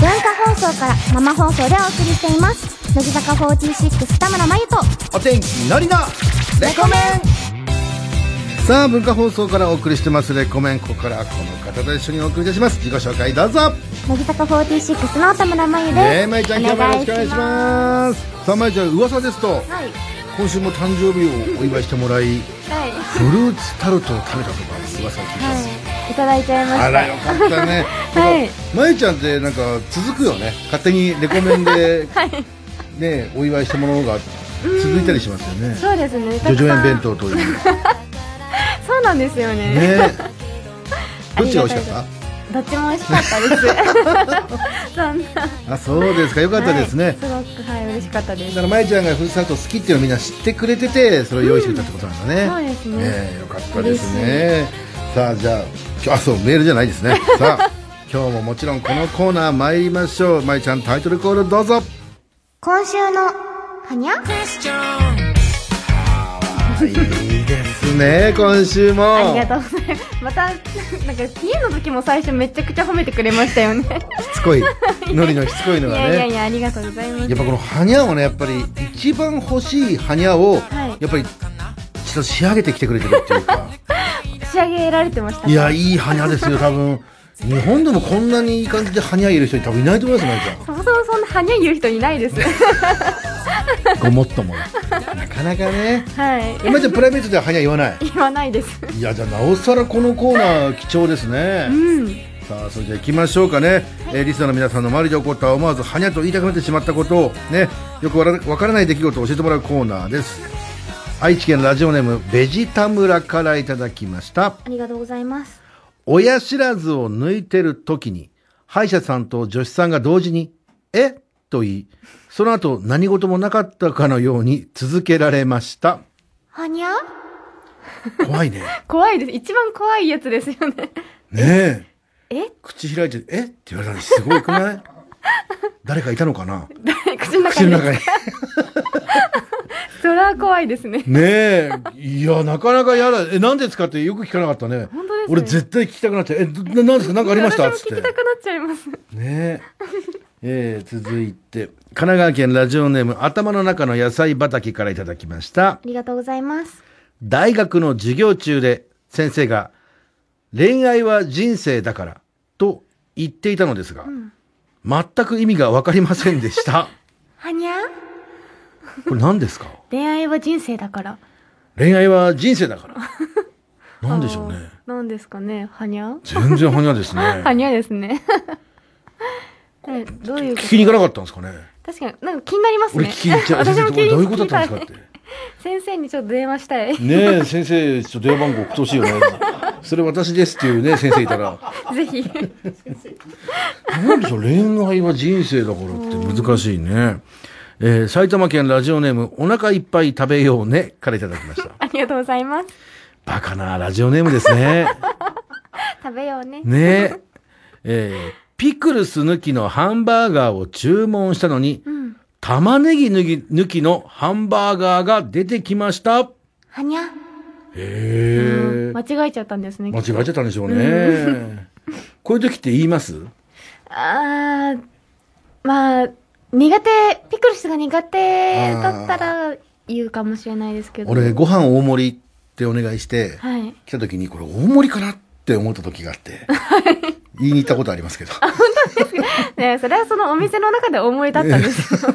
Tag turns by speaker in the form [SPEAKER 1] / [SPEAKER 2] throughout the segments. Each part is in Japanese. [SPEAKER 1] 送から生放送でお送りしています乃木坂46田村真由と
[SPEAKER 2] お天気のりのレコメンさあ文化放送からお送りしてますレコメンここからはこの方と一緒にお送りいたします自己紹介どうぞ
[SPEAKER 1] 乃木坂46の田村真由です、
[SPEAKER 2] ねえまゆちゃん今日もよろしくお願いしますさあまゆちゃん噂ですと、
[SPEAKER 3] はい
[SPEAKER 2] 今週も誕生日をお祝いしてもら
[SPEAKER 3] は
[SPEAKER 2] い
[SPEAKER 3] い
[SPEAKER 2] フルーツタルトを食べたとか噂を聞いた、
[SPEAKER 3] いただいちゃいました
[SPEAKER 2] あらよかった ね
[SPEAKER 3] はい
[SPEAKER 2] まゆちゃんってなんか続くよね勝手にレコメン で、ねお祝いしたものが続いたりしますよね
[SPEAKER 3] そうですね
[SPEAKER 2] 叙々苑弁
[SPEAKER 3] 当
[SPEAKER 2] 当 という
[SPEAKER 3] そうなんですよね
[SPEAKER 2] ねどっちが美味しかっ
[SPEAKER 3] どっちも美味しかった ですそんな
[SPEAKER 2] たあそうですかよかったですね、
[SPEAKER 3] はいすごくはい嬉しかったで
[SPEAKER 2] だ
[SPEAKER 3] す
[SPEAKER 2] からまゆちゃんがふるさと好きっていうのをみんな知ってくれててそれを用意してくれたってことなんだね、
[SPEAKER 3] うんそうですね
[SPEAKER 2] えよかったですねさあじゃあ今日あそうメールじゃないで すねさあ今日ももちろんこのコーナー参りましょうまゆちゃんタイトルコールどうぞ
[SPEAKER 1] 今週のはにゃ
[SPEAKER 2] いいですね今週も
[SPEAKER 3] ありがとうございますまたなんか家の時も最初めちゃくちゃ褒めてくれましたよね
[SPEAKER 2] しつ こいのりのしつこいの
[SPEAKER 3] い
[SPEAKER 2] が
[SPEAKER 3] やいやい
[SPEAKER 2] ね
[SPEAKER 3] やありがとうございます
[SPEAKER 2] やっぱこのハニャをねやっぱり一番欲しいハニャを、
[SPEAKER 3] はい
[SPEAKER 2] やっぱり一度仕上げてきてくれてるっていうか
[SPEAKER 3] 仕上げられてました
[SPEAKER 2] いやいいハニャですよ多分日本でもこんなにいい感じでハニャいる人多分いないと思いますよまゆちゃ ん
[SPEAKER 3] そもそもそんなはにゃ言う人いないです
[SPEAKER 2] ごもっともなかなかね
[SPEAKER 3] はい
[SPEAKER 2] えまあじゃあプライベートでははにゃ言わない
[SPEAKER 3] 言わないです
[SPEAKER 2] いやじゃあなおさらこのコーナー貴重ですね、さあそれじゃあ行きましょうかね、えーリスナーの皆さんの周りで起こった思わずはにゃと言いたくなってしまったことをねよくわらわからない出来事を教えてもらうコーナーです愛知県ラジオネームベジタ村からいただきました
[SPEAKER 1] ありがとうございます
[SPEAKER 2] 親知らずを抜いてる時に歯医者さんと助手さんが同時に「えと言いその後何事もなかったかのように続けられました
[SPEAKER 1] はにゃ
[SPEAKER 2] 怖いね。
[SPEAKER 3] 怖いです一番怖いやつですよね
[SPEAKER 2] ねえ。
[SPEAKER 3] え
[SPEAKER 2] 口開いて、えって言われたのすごい くない誰かいたのかな
[SPEAKER 3] 口の中
[SPEAKER 2] 口の
[SPEAKER 3] に
[SPEAKER 2] 中に。
[SPEAKER 3] それは怖いですね
[SPEAKER 2] ねえ。いや、なかなかやだ。え、何ですかってよく聞かなかったね。
[SPEAKER 3] 本当ですね
[SPEAKER 2] 俺絶対聞きたくなっちゃう。え、どな何ですか何かありましたつっ
[SPEAKER 3] 私も聞
[SPEAKER 2] て
[SPEAKER 3] き。たくなっちゃいます
[SPEAKER 2] ねえ。えー続いて、神奈川県ラジオネーム、頭の中の野菜畑からいただきました
[SPEAKER 1] あ。りがとうございます
[SPEAKER 2] 大学の授業中で先生が恋愛は人生だからと言っていたのですが、全く意味がわかりませんで した。
[SPEAKER 1] はにゃ
[SPEAKER 2] これ何ですか
[SPEAKER 3] 恋愛は人生だから
[SPEAKER 2] 恋愛は人生だから。何でしょうね。
[SPEAKER 3] なんですかねはにゃ
[SPEAKER 2] 全然はにゃですね。
[SPEAKER 3] はにゃですね はいどういうこ
[SPEAKER 2] 聞きに行かなかったんですかね。
[SPEAKER 3] と確かになんか気になります
[SPEAKER 2] 俺
[SPEAKER 3] ね
[SPEAKER 2] 聞きに行っちゃう。
[SPEAKER 3] 私も気に
[SPEAKER 2] どういうことだったん
[SPEAKER 3] 聞
[SPEAKER 2] で
[SPEAKER 3] き
[SPEAKER 2] すか
[SPEAKER 3] たい
[SPEAKER 2] って。
[SPEAKER 3] 先生にちょっと電話したい
[SPEAKER 2] ねえ、先生、ちょっと電話番号送ってほしいよね。それ私ですっていうね、先生いたら。
[SPEAKER 3] ぜひ
[SPEAKER 2] なんでしょう、恋愛は人生だからって難しいね。えー埼玉県ラジオネーム、お腹いっぱい食べようね、からいただきました。
[SPEAKER 3] ありがとうございます
[SPEAKER 2] バカなラジオネームですね。
[SPEAKER 1] 食べようね
[SPEAKER 2] ねえ。えーピクルス抜きのハンバーガーを注文したのに、玉ねぎ抜き抜きのハンバーガーが出てきました。へ
[SPEAKER 1] はにゃ
[SPEAKER 2] え。
[SPEAKER 3] 間違えちゃったんですね
[SPEAKER 2] 間違えちゃったんでしょうね。こういう時って言います
[SPEAKER 3] あーまあ苦手ピクルスが苦手だったら言うかもしれないですけど
[SPEAKER 2] 俺、ご飯大盛りってお願いして、
[SPEAKER 3] はい
[SPEAKER 2] 来た時にこれ大盛りかなって思った時があって、言いに行ったことありますけど、
[SPEAKER 3] ねそれはそのお店の中で思いだったん ですよ。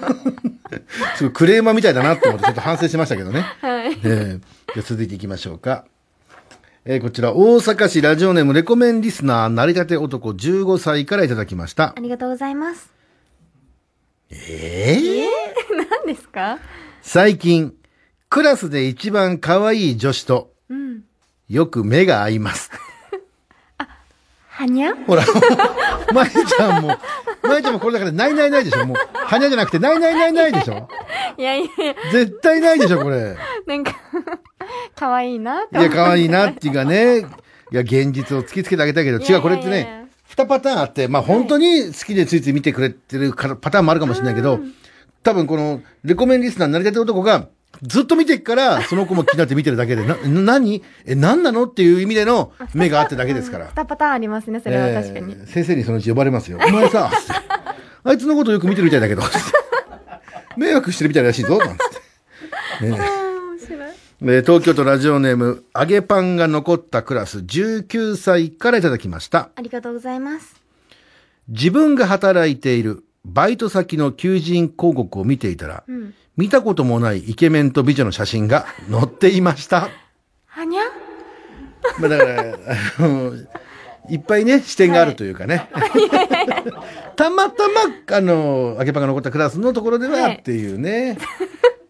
[SPEAKER 2] すごいクレーマーみたいだなと思ってちょっと反省しましたけどね。
[SPEAKER 3] はい。
[SPEAKER 2] えーじゃあ続いていきましょうか。えーこちら、大阪市ラジオネームレコメンリスナー、成り立て男15歳からいただきました
[SPEAKER 1] あ。りがとうございます
[SPEAKER 2] えー
[SPEAKER 3] 何ですか
[SPEAKER 2] 最近、クラスで一番可愛い女子と、よく目が合います。
[SPEAKER 1] はにゃ
[SPEAKER 2] ほら、 まゆちゃんも、まゆちゃんもこれだから、ないないないでしょもう、はにゃじゃなくて、ないないないないでしょ
[SPEAKER 3] いやいやいや、
[SPEAKER 2] 絶対ないでしょ、これ。
[SPEAKER 3] なんか、 可愛いなっ
[SPEAKER 2] い
[SPEAKER 3] て思
[SPEAKER 2] や、
[SPEAKER 3] う
[SPEAKER 2] 可愛いなっていうかね。いや、現実を突きつけてあげたいけど、
[SPEAKER 3] いやいやい
[SPEAKER 2] 違
[SPEAKER 3] や
[SPEAKER 2] う、これってね、二パターンあって、まあ本当に好きでついつい見てくれてるからパターンもあるかもしれないけど、多分この、レコメンリスナーになりたて男が、ずっと見てっから、その子も気になって見てるだけで、な、な何え、何なのっていう意味での目があってだけですから。
[SPEAKER 3] 二パターンありますね、それは確かに。
[SPEAKER 2] えー先生にそのうち呼ばれますよ。お前さ、 あいつのことよく見てるみたいだけど。 迷惑してるみたいらしいぞ。なんつってね
[SPEAKER 1] 面白い。
[SPEAKER 2] えー東京都ラジオネーム、揚げパンが残ったクラス19歳からいただきました。
[SPEAKER 1] ありがとうございます。
[SPEAKER 2] 自分が働いているバイト先の求人広告を見ていたら、
[SPEAKER 1] うん。
[SPEAKER 2] 見たこともないイケメンと美女の写真が載っていました。
[SPEAKER 1] はにゃ
[SPEAKER 2] まあだから、あの、いっぱいね、視点があるというかね。たまたま、あの、揚げパンが残ったクラスのところでは
[SPEAKER 1] はい
[SPEAKER 2] っていうね。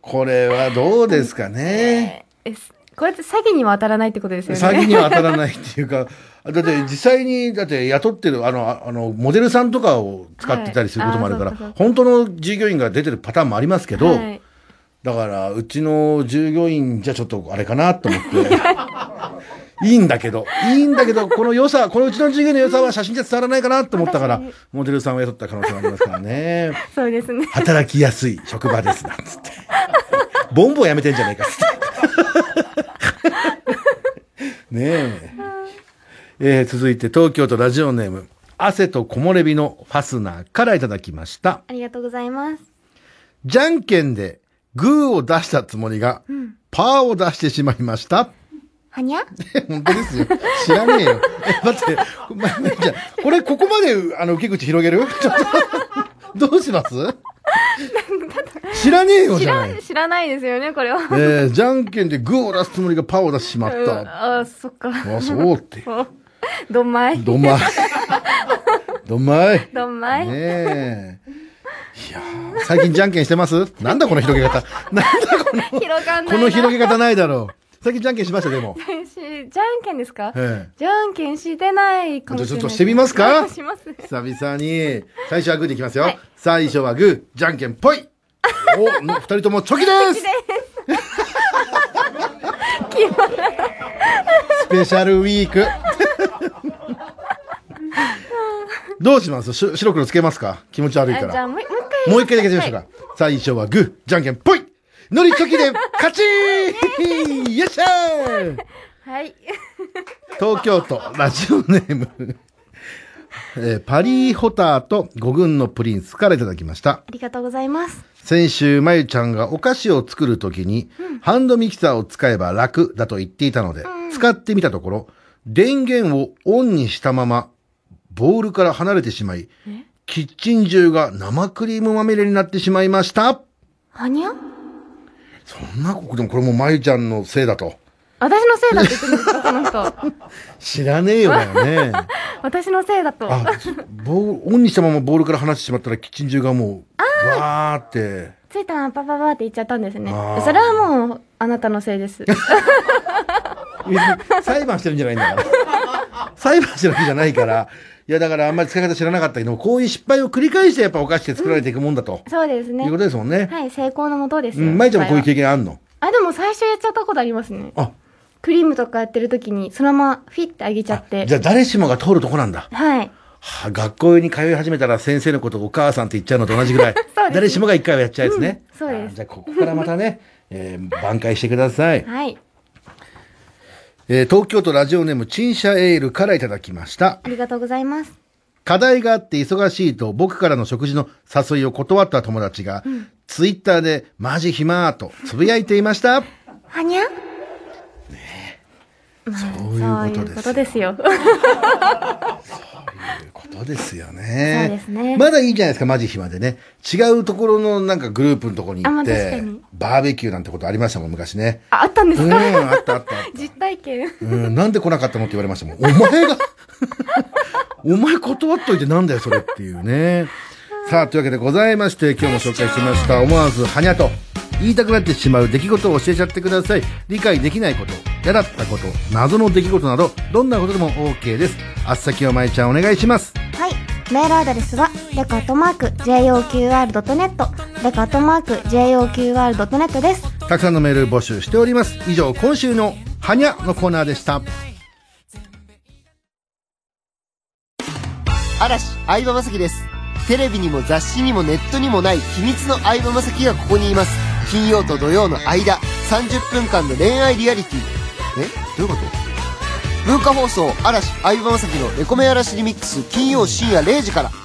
[SPEAKER 2] これはどうですかね。
[SPEAKER 1] え、すこれって詐欺には当たらないってことですよね。
[SPEAKER 2] 詐欺には当たらないっていうか、だって実際に、だって雇ってる、あの、ああの、モデルさんとかを使ってたりすることもあるから、
[SPEAKER 1] はいあーそうか
[SPEAKER 2] 本当の従業員が出てるパターンもありますけど、
[SPEAKER 1] はい
[SPEAKER 2] だから、うちの従業員じゃちょっとあれかなと思って、いいんだけど、いいんだけど、この良さ、このうちの従業員の良さは写真じゃ伝わらないかなと思ったから、
[SPEAKER 1] 確か
[SPEAKER 2] モデルさんを雇った可能性がありますからね。
[SPEAKER 1] そうですね。
[SPEAKER 2] 働きやすい職場ですなんつってボンボンやめてんじゃないかっつってねええー続いて東京都ラジオネーム汗と木漏れ日のファスナーからいただきました
[SPEAKER 1] ありがとうございます。
[SPEAKER 2] じゃんけんでグーを出したつもりが、パーを出してしまいました
[SPEAKER 3] はにゃ
[SPEAKER 2] 本当ですよ。知らねえよ。え、待って、ま、じゃあこれ、ここまで、あの、受け口広げる ちょっと、どうします知らねえよ
[SPEAKER 1] 知
[SPEAKER 2] じゃ
[SPEAKER 1] ら
[SPEAKER 2] ない。
[SPEAKER 1] 知らないですよね、これは。
[SPEAKER 2] えー、じゃんけんでグーを出すつもりがパーを出してしまっ
[SPEAKER 1] うん
[SPEAKER 2] た。
[SPEAKER 1] あ、そっか。
[SPEAKER 2] あ、そうって。
[SPEAKER 1] おどんまい。
[SPEAKER 2] どんまい。どんまい。ね
[SPEAKER 1] どんまい。
[SPEAKER 2] え。いやー最近じゃんけんしてますなんだこの広げ方。なんだこの、
[SPEAKER 1] 広がんな
[SPEAKER 2] こ
[SPEAKER 1] いな。
[SPEAKER 2] の広げ方ないだろう。最近じゃんけんしました、でも。
[SPEAKER 1] しじゃんけんですか
[SPEAKER 2] ええ
[SPEAKER 1] じゃんけんしてないかもしれない。
[SPEAKER 2] ちょっとしてみますか
[SPEAKER 1] します。
[SPEAKER 2] 久々に、最初はグーでいきますよ。
[SPEAKER 1] はい
[SPEAKER 2] 最初はグー、じゃんけんぽい。お、二人ともチョキですスペシャルウィーク。どうしますし白黒つけますか気持ち悪いか
[SPEAKER 1] あじゃあ
[SPEAKER 2] ら。
[SPEAKER 1] もうもう一回。
[SPEAKER 2] もう一回だけやってみましょうか。最初はグー、じゃんけんぽい。のりチョキで勝ちよっしゃー
[SPEAKER 1] はい。
[SPEAKER 2] 東京都ラジオネーム、えーパリーホターと五軍のプリンスからいただきました
[SPEAKER 1] ありがとうございます。
[SPEAKER 2] 先週まゆちゃんがお菓子を作るときに、ハンドミキサーを使えば楽だと言っていたので、使ってみたところ電源をオンにしたままボールから離れてしまいキッチン中が生クリームまみれになってしまいました
[SPEAKER 1] はにゃ
[SPEAKER 2] そんなことでもこれもまゆちゃんのせいだと
[SPEAKER 1] 私のせいだって言ってるんですか、この人。
[SPEAKER 2] 知らねえよだよね
[SPEAKER 1] 私のせいだと。
[SPEAKER 2] あボールオンにしたままボールから離してしまったらキッチン中がもうわーって
[SPEAKER 1] ついたな、パパパって言っちゃったんですね
[SPEAKER 2] あー。
[SPEAKER 1] それはもう、あなたのせ いです。
[SPEAKER 2] 裁判してるんじゃないんだ から。裁判してるわけじゃないから。いや、だからあんまり使い方知らなかったけど、こういう失敗を繰り返してやっぱお菓子って作られていくもんだと。
[SPEAKER 1] そうです
[SPEAKER 2] いうこ
[SPEAKER 1] ね。
[SPEAKER 2] とですもんね。
[SPEAKER 1] はい、成功のもとです
[SPEAKER 2] う
[SPEAKER 1] よ。
[SPEAKER 2] ん、まいちゃんもこういう
[SPEAKER 1] 失敗
[SPEAKER 2] 経験あんの
[SPEAKER 1] はあ、でも最初やっちゃったことありますね。
[SPEAKER 2] あ、
[SPEAKER 1] クリームとかやってる時に、そのままフィってあげちゃって
[SPEAKER 2] じ。ゃあ誰しもが通るとこなんだ。
[SPEAKER 1] はい。
[SPEAKER 2] はあ学校に通い始めたら先生のことをお母さんって言っちゃうのと同じぐ らい。
[SPEAKER 1] すね
[SPEAKER 2] 誰しもが一回はやっちゃうやつね。
[SPEAKER 1] うんそうです
[SPEAKER 2] あじゃあここからまたね、えー挽回してください。
[SPEAKER 1] はい。
[SPEAKER 2] えー東京都ラジオネーム、陳謝エールからいただきました。
[SPEAKER 1] ありがとうございます。
[SPEAKER 2] 課題があって忙しいと僕からの食事の誘いを断った友達が、ツイッターでマジ暇とつぶやいていました。
[SPEAKER 3] はにゃ
[SPEAKER 2] そう
[SPEAKER 1] そう
[SPEAKER 2] いう
[SPEAKER 1] い
[SPEAKER 2] こと
[SPEAKER 1] う
[SPEAKER 2] で
[SPEAKER 1] こ
[SPEAKER 2] すよ。
[SPEAKER 1] とですよ。
[SPEAKER 2] そういうことですよね。
[SPEAKER 1] そうですね
[SPEAKER 2] まだいいじゃないですか、マジ暇でね。違うところのなんかグループのところに行っ
[SPEAKER 1] あまあ確
[SPEAKER 2] て
[SPEAKER 1] かに、
[SPEAKER 2] バーベキューなんてことありましたもん、昔ね。
[SPEAKER 1] ああったんで
[SPEAKER 2] う
[SPEAKER 1] す
[SPEAKER 2] ん、
[SPEAKER 1] か
[SPEAKER 2] あったあった。
[SPEAKER 1] 実体験。
[SPEAKER 2] うん、なんで来なかったのって言われましたもん。お前が、お前断っといてなんだよ、それっていうね。さあ、というわけでございまして、今日も紹介しました、思わずはにゃと、言いたくなってしまう出来事を教えちゃってください。理解できないこと、嫌だったこと、謎の出来事など、どんなことでも OK です。あっさきおまえちゃんお願いします。
[SPEAKER 3] はい。メールアドレスは、レカアットマーク、JOQR.net、レカアットマーク、JOQR.net です。
[SPEAKER 2] たくさんのメール募集しております。以上、今週のはにゃのコーナーでした。
[SPEAKER 4] 嵐相葉雅紀ですテレビにも雑誌にもネットにもない秘密の相葉雅紀がここにいます金曜と土曜の間30分間の恋愛リアリティえどういうこと文化放送嵐相葉雅紀のレコメン嵐リミックス金曜深夜0時からど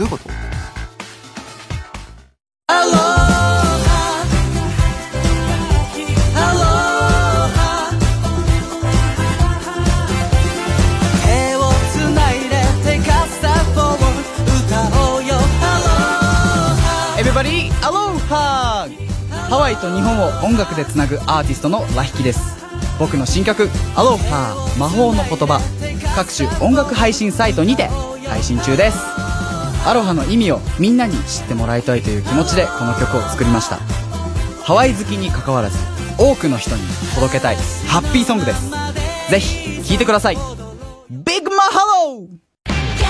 [SPEAKER 4] ういうこと
[SPEAKER 5] everybody! アロハハワイと日本を音楽でつなぐアーティストのラヒキです。僕の新曲、アロハ魔法の言葉、各種音楽配信サイトにて配信中です。アロハの意味をみんなに知ってもらいたいという気持ちでこの曲を作りました。ハワイ好きに関わらず、多くの人に届けたいハッピーソングです。ぜひ、聴いてください。ビッグマハロー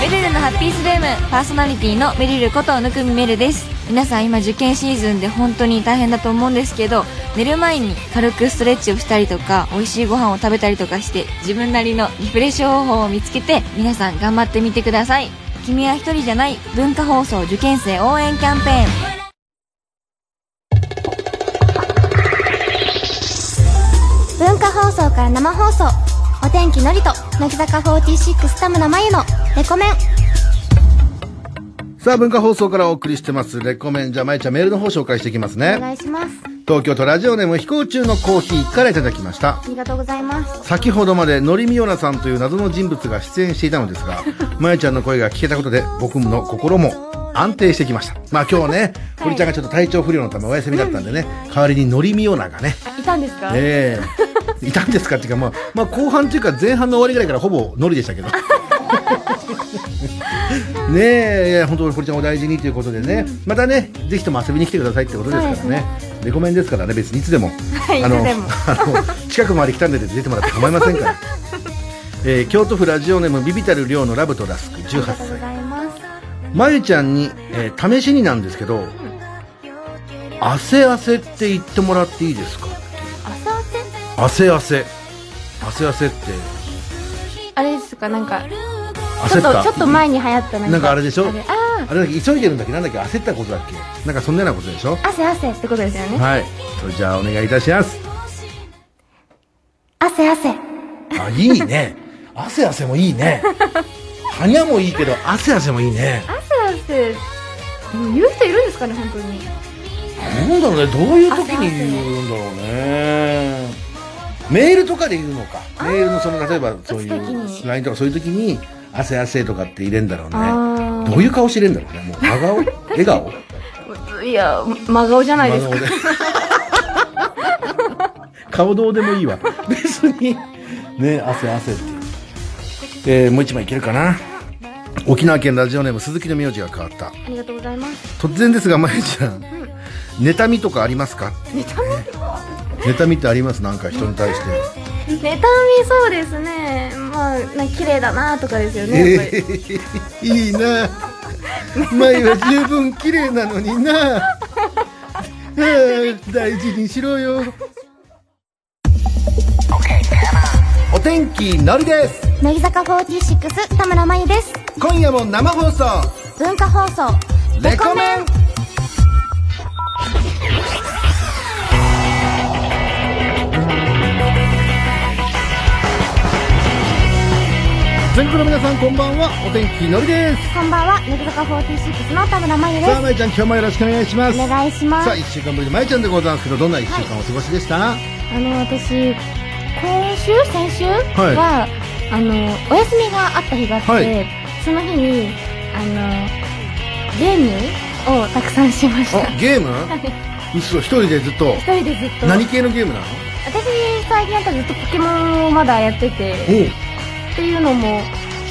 [SPEAKER 6] メルルのハッピースルームパーソナリティのメルルことぬくみめるです皆さん今受験シーズンで本当に大変だと思うんですけど寝る前に軽くストレッチをしたりとか美味しいご飯を食べたりとかして自分なりのリフレッシュ方法を見つけて皆さん頑張ってみてください君は一人じゃない文化放送受験生応援キャンペーン
[SPEAKER 1] 文化放送から生放送お天気のりと乃木坂46田村真由のレコメン
[SPEAKER 2] さあ、文化放送からお送りしてます。レコメン、じゃあ、まいちゃんメールの方紹介していきます
[SPEAKER 1] お
[SPEAKER 2] ね。
[SPEAKER 1] 願いします
[SPEAKER 2] 東京都ラジオネーム飛行中のコーヒーからいただきました。
[SPEAKER 1] ありがとうございます
[SPEAKER 2] 先ほどまでのりみおなさんという謎の人物が出演していたのですがまやちゃんの声が聞けたことで僕の心も安定してきましたまあ今日ね堀ちゃんがちょっと体調不良のためお休みだったんでね、代わりにのりみおながね
[SPEAKER 3] いたんですか
[SPEAKER 2] ええいたんですかっていうか、まあ、まあ後半というか前半の終わりぐらいからほぼのりでしたけ どねえいや本当堀ちゃんお大事にということでね、またねぜひとも遊びに来てくださいってことですからねレコメンですからね別にいつでもあの あの近くまで来たんで出てもらって構いませんから、えー京都府ラジオネームビビたる量のラブとラスク18
[SPEAKER 1] ありがとうご
[SPEAKER 2] 歳
[SPEAKER 1] ざいます
[SPEAKER 2] まゆちゃんに、えー試しになんですけど「汗汗」って言ってもらっていいですか
[SPEAKER 3] 朝汗
[SPEAKER 2] 汗汗汗汗って
[SPEAKER 3] あれですかなんかちょ
[SPEAKER 2] 焦
[SPEAKER 3] っ
[SPEAKER 2] った
[SPEAKER 3] とちょっと前に流行ったなんか
[SPEAKER 2] なんかあれでし
[SPEAKER 3] あ
[SPEAKER 2] ょ
[SPEAKER 3] あ
[SPEAKER 2] あれだっけ急いでるんだっけなんだっけ焦ったことだっけなんかそんなようなことでしょ
[SPEAKER 3] ー汗汗ってことですよね
[SPEAKER 2] はいそれじゃあお願いいたします
[SPEAKER 1] 汗汗
[SPEAKER 2] あいいね汗汗もいいねはにゃもいいけど汗汗もいいね
[SPEAKER 3] 汗汗言う人いるんですかね本当に
[SPEAKER 2] なんだろうねどういう時に言うんだろうねメールとかで言うのかメールのその例えばそうい
[SPEAKER 3] 打つ時
[SPEAKER 2] う
[SPEAKER 3] に
[SPEAKER 2] LINE とかそういう時に汗汗とかって入れんだろう
[SPEAKER 3] あ
[SPEAKER 2] ねどういう顔して入れんだろうねもう真顔笑顔
[SPEAKER 3] いや真顔じゃないですか
[SPEAKER 2] 真顔で顔どうでもいいわ別にね汗汗っていう、えーもう一枚いけるかな沖縄県ラジオネーム鈴木の名字が変わった
[SPEAKER 1] ありがとうございます
[SPEAKER 2] 突然ですがまゆちゃん、妬みとかありますか妬み妬みってありますなんか人に対して
[SPEAKER 3] 妬みそうですねまあなんか綺麗だなとかですよねやっぱり
[SPEAKER 2] えー、いいなまゆは十分綺麗なのになあー大事にしろよお天気のりです
[SPEAKER 1] 乃木坂46田村真由です
[SPEAKER 2] 今夜も生放送
[SPEAKER 1] 文化放送
[SPEAKER 2] レコメン全国の皆さんこんばんはお天気のりです
[SPEAKER 1] こんばんは乃木坂46の田村真由で
[SPEAKER 2] さあまゆちゃん今日もよろしくお願いします
[SPEAKER 1] すお願いします
[SPEAKER 2] さあ1週間ぶりのまゆちゃんでございますけどどんな1週間お過ごしでした、
[SPEAKER 1] あの私今週先週
[SPEAKER 2] い
[SPEAKER 1] は、あのお休みがあった日があって、
[SPEAKER 2] はい
[SPEAKER 1] その日にあのゲームをたくさんしました
[SPEAKER 2] あゲーム嘘一人でずっと
[SPEAKER 1] 一人でずっと
[SPEAKER 2] 何系のゲームなの
[SPEAKER 1] 私最近あったらずっとポケモンをまだやっててっていうのも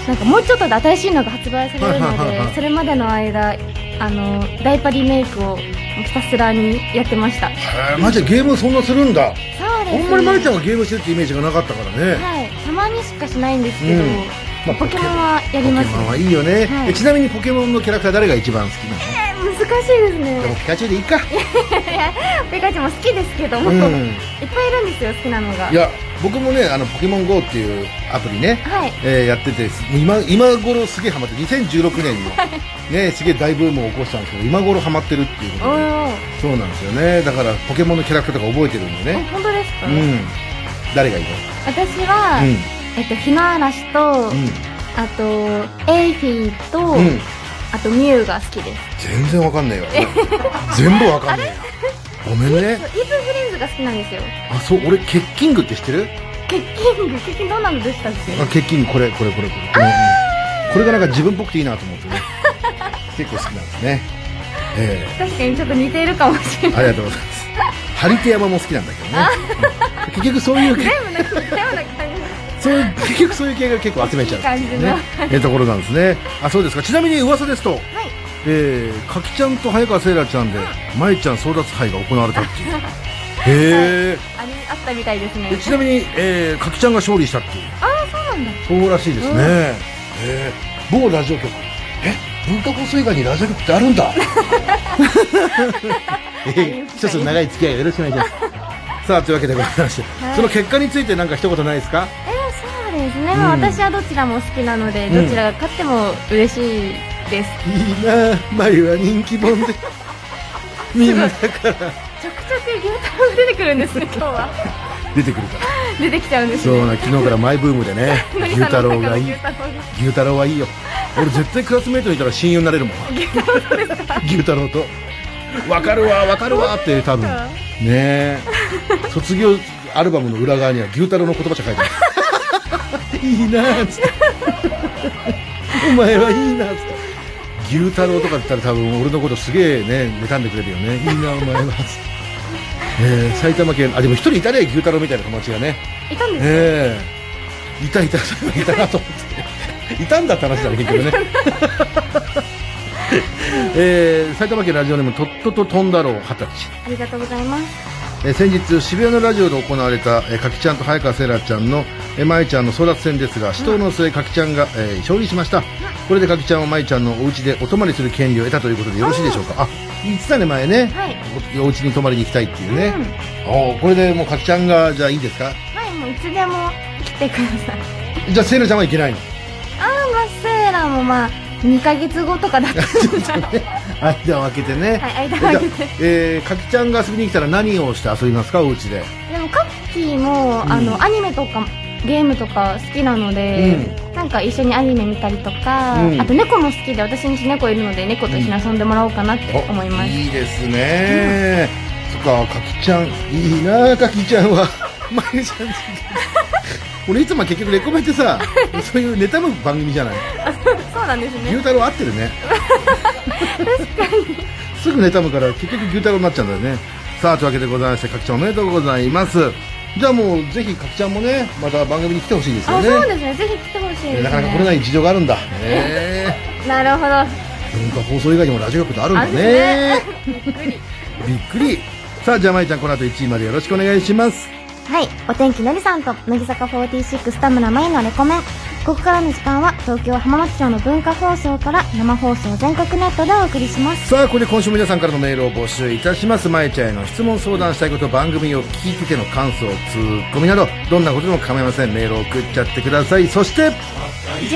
[SPEAKER 1] なんかもうちょっとで新しいのが発売されるので、
[SPEAKER 2] はいはいはいはい
[SPEAKER 1] それまでの間あのダイパリメイクをひたすらにやってましたそう
[SPEAKER 2] おまゆちゃんゲームそんなするんだ
[SPEAKER 1] で
[SPEAKER 2] あんまりまゆちゃんがゲームしてるってイメージがなかったからね、
[SPEAKER 1] はいたまにしかしないんですけど、
[SPEAKER 2] うんまあ
[SPEAKER 1] ポケモンは
[SPEAKER 2] ポケ
[SPEAKER 1] やり
[SPEAKER 2] モ
[SPEAKER 1] ます
[SPEAKER 2] ンはいいよね、
[SPEAKER 1] はい
[SPEAKER 2] えちなみにポケモンのキャラクター誰が一番好きなの
[SPEAKER 1] 難しいです
[SPEAKER 2] でも
[SPEAKER 1] ね
[SPEAKER 2] ピカチュウでいいか
[SPEAKER 1] ペカチュウも好きですけども、
[SPEAKER 2] う
[SPEAKER 1] いっぱい
[SPEAKER 2] ん
[SPEAKER 1] いるんですよ好きなのが
[SPEAKER 2] いや僕もねあのポケモン GO っていうアプリね、
[SPEAKER 1] はい
[SPEAKER 2] えーやってて今今頃すげえハマって2016年にねすげえ大ブームを起こしたんですけど今頃ハマってるっていうこ
[SPEAKER 1] お
[SPEAKER 2] とで
[SPEAKER 1] ー
[SPEAKER 2] そうなんですよねだからポケモンのキャラクターとか覚えてるんで
[SPEAKER 1] え
[SPEAKER 2] ね
[SPEAKER 1] 本当ですか、
[SPEAKER 2] うん誰がいい
[SPEAKER 1] 私は、
[SPEAKER 2] の
[SPEAKER 1] えっと、日の嵐と、
[SPEAKER 2] うんうん
[SPEAKER 1] あとエイフィーと、
[SPEAKER 2] うん
[SPEAKER 1] あとミュウが好きです
[SPEAKER 2] 全然わかんないわ全部わかんないごめんね
[SPEAKER 1] イープンフレンズが好きなんですよ
[SPEAKER 2] あそう俺ケッキングって知ってる
[SPEAKER 1] 欠勤欠勤どうなのでしたっけ
[SPEAKER 2] あケッキングこれこれこれこれこれこれがなんか自分っぽくていいなと思ってね結構好きなんですねえ
[SPEAKER 1] 確かにちょっと似ているかもしれ
[SPEAKER 2] え
[SPEAKER 1] ない
[SPEAKER 2] ありがとうございます張り手山も好きなんだけどねうん結局そういう
[SPEAKER 1] 全部なんか似たよ うな感じ
[SPEAKER 2] そういう結局そういう系が結構集めちゃうっていうね
[SPEAKER 1] いい
[SPEAKER 2] ええところなんですねあそうですかちなみに噂ですと、えー、かきちゃんと早川せいらちゃんでまいちゃん争奪杯が行われたっていう へえ
[SPEAKER 1] ありあったみたいですね
[SPEAKER 2] えちなみに、えー、かきちゃんが勝利したっていうああそうなんだそうらしいですね、ええ某ラジオ局え文化放送以外にラジオ局ってあるん だ
[SPEAKER 4] え一つ長い付き合いよろしくお願いします。
[SPEAKER 2] さあというわけでございまして、その結果についてなんか一言ないですか
[SPEAKER 1] そうですね、まあ私はどちらも好きなので、どちらが勝っても嬉しいです
[SPEAKER 2] いいなあまゆは人気者 でみんなから
[SPEAKER 1] ちょくちょく牛タンが出てくるんです ね今日は
[SPEAKER 2] 出てくるから
[SPEAKER 1] 出てきちゃうんです
[SPEAKER 2] そう
[SPEAKER 1] ね
[SPEAKER 2] な昨日からマイブームで ね
[SPEAKER 1] のり
[SPEAKER 2] 牛
[SPEAKER 1] さん
[SPEAKER 2] 太
[SPEAKER 1] の
[SPEAKER 2] 郎
[SPEAKER 1] 中の
[SPEAKER 2] がいい
[SPEAKER 1] 牛太郎が
[SPEAKER 2] 牛太郎はいいよ俺絶対クラスメートにいたら親友になれるもん牛太郎と分かるわ分かるわって多分ねえ卒業アルバムの裏側には牛太郎の言葉しか書いてないいいなあっつってお前はいいなあっつって牛太郎とかだったら多分俺のことすげえね妬んでくれるよねいいなお前はっつってええ埼玉県あでも一人いたね牛太郎みたいな友達がね
[SPEAKER 1] いたんです
[SPEAKER 2] ええいたいたそういえばいたなと思っていたんだって話だね結局ね えー、埼玉県ラジオネームとっとととんだろう二十歳
[SPEAKER 1] ありがとうございます
[SPEAKER 2] えー先日渋谷のラジオで行われた、えー、かきちゃんと早川せいらちゃんの、えー、まいちゃんの争奪戦ですが死闘の末かきちゃんが、えー勝利しましたこれでかきちゃんはまいちゃんのお家でお泊まりする権利を得たということでよろしいでしょうかあ言ってたね前ね、
[SPEAKER 1] はい
[SPEAKER 2] おお家に泊まりに行きたいっていうね、おーこれでもうかきちゃんがじゃあいいんですか
[SPEAKER 1] はいもういつでも来てください
[SPEAKER 2] じゃあせいらちゃんはいけないの
[SPEAKER 1] あーまあセーラもまあ2ヶ月後とかだった ら
[SPEAKER 2] 間を空けてね、
[SPEAKER 1] はい間を空けて
[SPEAKER 2] じゃあえー、かきちゃんが遊びに来たら何をして遊びますかお家で
[SPEAKER 1] でもカッキーもあの、アニメとかゲームとか好きなので、なんか一緒にアニメ見たりとか、
[SPEAKER 2] うん
[SPEAKER 1] あと猫も好きで私に猫いるので猫と一緒に遊んでもらおうかなって思います、
[SPEAKER 2] いいですね、そっかかきちゃんいいなあかきちゃんは まゆちゃんち俺いつも結局レコメンって さそういう妬む番組じゃない
[SPEAKER 1] そうなんです
[SPEAKER 2] 牛
[SPEAKER 1] ね
[SPEAKER 2] 太郎合ってるね確かにすぐ妬むから結局牛太郎になっちゃうんだよねさあというわけでございましてかきちゃんおめでとうございますじゃあもうぜひかきちゃんもねまた番組に来てほしいですよ
[SPEAKER 1] あ
[SPEAKER 2] ね
[SPEAKER 1] そうですねぜひ来てほしいです、ね、
[SPEAKER 2] なかなか来れない事情があるんだ、えー
[SPEAKER 1] なるほど
[SPEAKER 2] 文化放送以外にもラジオ局ってあるんだねびっくりびっくりさあじゃあまいちゃんこの後1位までよろしくお願いします
[SPEAKER 3] はい、お天気のりさんと乃木坂46田村真由のレコメンここからの時間は東京浜松町の文化放送から生放送全国ネットでお送りします
[SPEAKER 2] さあここで今週も皆さんからのメールを募集いたしますまいちゃんへの質問相談したいこと番組を聞いてての感想ツッコミなどどんなことでも構いませんメールを送っちゃってくださいそして
[SPEAKER 3] 12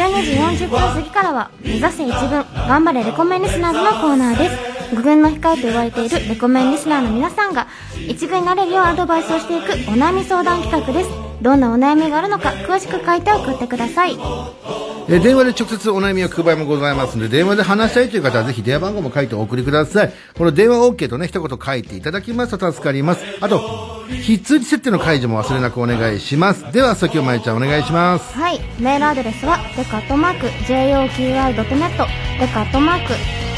[SPEAKER 3] 時40分過ぎからは目指せ一軍頑張れレコメンリスナーズのコーナーです5軍の控えと言われているレコメンリスナーの皆さんが一軍になれるようアドバイスをしていくお悩み相談企画ですどんなお悩みがあるのか詳しく書いて送ってください
[SPEAKER 2] えー電話で直接お悩みを聞く場合もございますので、電話で話したいという方はぜひ電話番号も書いてお送りください。この電話 OK とね、一言書いていただきますと助かります。あと、非通知設定の解除も忘れなくお願いします。では、さきおまえちゃんお願いします。
[SPEAKER 3] はい、メールアドレスはデカットマーク JOQR.net デカットマーク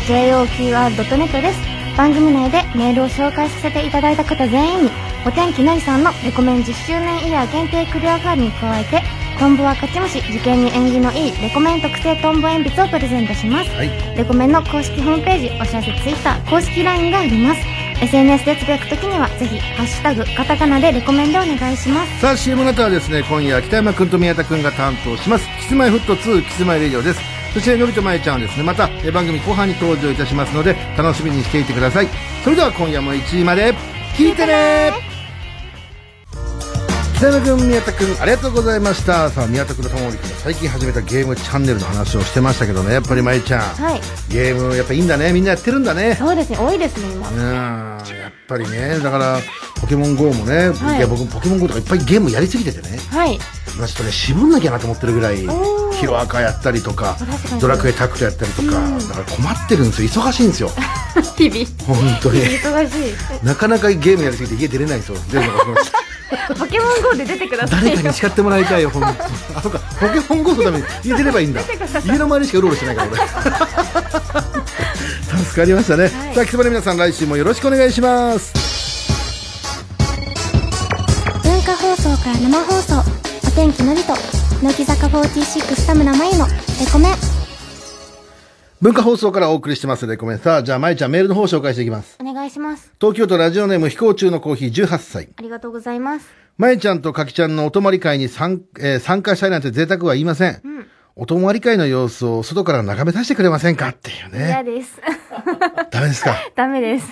[SPEAKER 3] JOQR.net です番組内でメールを紹介させていただいた方全員にお天気のりさんのレコメン10周年イヤー限定クリアファイルに加えてトンボは勝ち虫受験に縁起のいいレコメン特製トンボ鉛筆をプレゼントします、
[SPEAKER 2] はい
[SPEAKER 3] レコメンの公式ホームページお知らせツイッター公式 LINE があります SNS でつぶやくときにはぜひ「ハッシュタグカタカナ」でレコメンでお願いします
[SPEAKER 2] さあ CM の後はですね今夜北山君と宮田君が担当しますキスマイフット2キスマイレディオですそしてのびとまえちゃんはですねまたえ番組後半に登場いたしますので楽しみにしていてくださいそれでは今夜も1位まで聞いてね北山君宮田君ありがとうございましたさあ宮田君と玉森君が最近始めたゲームチャンネルの話をしてましたけどねやっぱりまえちゃん
[SPEAKER 3] はい
[SPEAKER 2] ゲームやっぱいいんだねみんなやってるんだね
[SPEAKER 3] そうですね多いですね今
[SPEAKER 2] うんやっぱりねだからポケモン GO もね、
[SPEAKER 3] はい
[SPEAKER 2] いや僕もポケモン GO とかいっぱいゲームやりすぎててね
[SPEAKER 3] はい
[SPEAKER 2] まあちょっとね渋んなきゃなと思ってるぐらい
[SPEAKER 3] おー
[SPEAKER 2] ヒロアカやったりとか
[SPEAKER 3] 確かに
[SPEAKER 2] ドラクエタクトやったりとか、だから困ってるんですよ忙しいん ですよ
[SPEAKER 1] 日々
[SPEAKER 2] 本当に
[SPEAKER 1] 忙しい
[SPEAKER 2] なかなかゲームやりすぎて家出れないですよ出るのがこの
[SPEAKER 1] ポケモン GO で出てください
[SPEAKER 2] 誰かに叱ってもらいたいよ本当にあそっか ポケモン GO のために家出ればいいんだ家の周りしかうろうろしてないから助かりましたね、
[SPEAKER 6] はい
[SPEAKER 2] さあキスマの皆さん来週もよろしくお願いします
[SPEAKER 3] 文化放送から生放送お天気のりと乃木坂46田村真由のレコメン
[SPEAKER 2] 文化放送からお送りしてますレコメンさあじゃあまゆちゃんメールの方紹介していきます
[SPEAKER 3] お願いします
[SPEAKER 2] 東京都ラジオネーム飛行中のコーヒー18歳
[SPEAKER 3] ありがとうございます
[SPEAKER 2] まゆちゃんとかきちゃんのお泊まり会に参,、えー参加したいなんて贅沢は言いません、お泊まり会の様子を外から眺めさせてくれませんかっていう
[SPEAKER 1] 嫌
[SPEAKER 2] ね
[SPEAKER 1] です
[SPEAKER 2] ダメですか
[SPEAKER 1] ダメです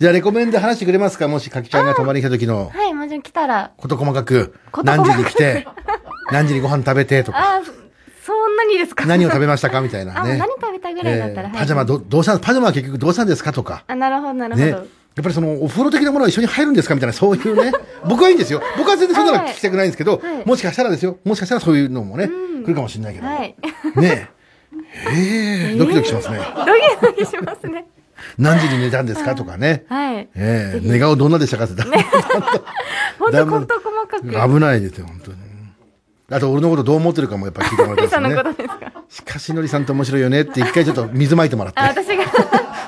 [SPEAKER 2] じゃあレコメンで話してくれますかもしかきちゃんが泊まりに来た時 の
[SPEAKER 1] はいもちろん来たら
[SPEAKER 2] こと細かく
[SPEAKER 1] 事細
[SPEAKER 2] 何
[SPEAKER 1] かく
[SPEAKER 2] 時に来て 何時にご飯食べてとか
[SPEAKER 1] あそんなにですか
[SPEAKER 2] 何を食べましたかみたいな
[SPEAKER 1] あ、もう
[SPEAKER 2] ね
[SPEAKER 1] 何食べたぐらいだったら、
[SPEAKER 2] えー
[SPEAKER 1] はい
[SPEAKER 2] パジャマどどうしたパジャマは結局どうしたんですかとか
[SPEAKER 1] あなるほどなるほ
[SPEAKER 2] ね、や
[SPEAKER 1] ど、
[SPEAKER 2] っぱりそのお風呂的なものは一緒に入るんですかみたいな、そういう ね、僕はいいんですよ、僕は全然そんなの聞きたくないんですけど、
[SPEAKER 1] はいはい
[SPEAKER 2] もしかしたらですよ、もしかしたらそういうのもね、来るかもしれないけど、
[SPEAKER 1] はい
[SPEAKER 2] ねえ、ええ ドキドキしますね、
[SPEAKER 1] ドキドキしますね
[SPEAKER 2] 何時に寝たんですかとかね、
[SPEAKER 1] はい
[SPEAKER 2] ええ寝顔どんなでしたかって、
[SPEAKER 1] 本
[SPEAKER 2] だい
[SPEAKER 1] 当
[SPEAKER 2] ぶ
[SPEAKER 1] 本当細 かく
[SPEAKER 2] 危ないですよ、本当に。あと、俺のことどう思ってるかもやっぱ聞いてもらって
[SPEAKER 1] そ
[SPEAKER 2] ます
[SPEAKER 1] のこと
[SPEAKER 2] ね。
[SPEAKER 1] ですか
[SPEAKER 2] しかし、のりさんって面白いよねって、一回ちょっと水まいてもらって
[SPEAKER 1] あ。私が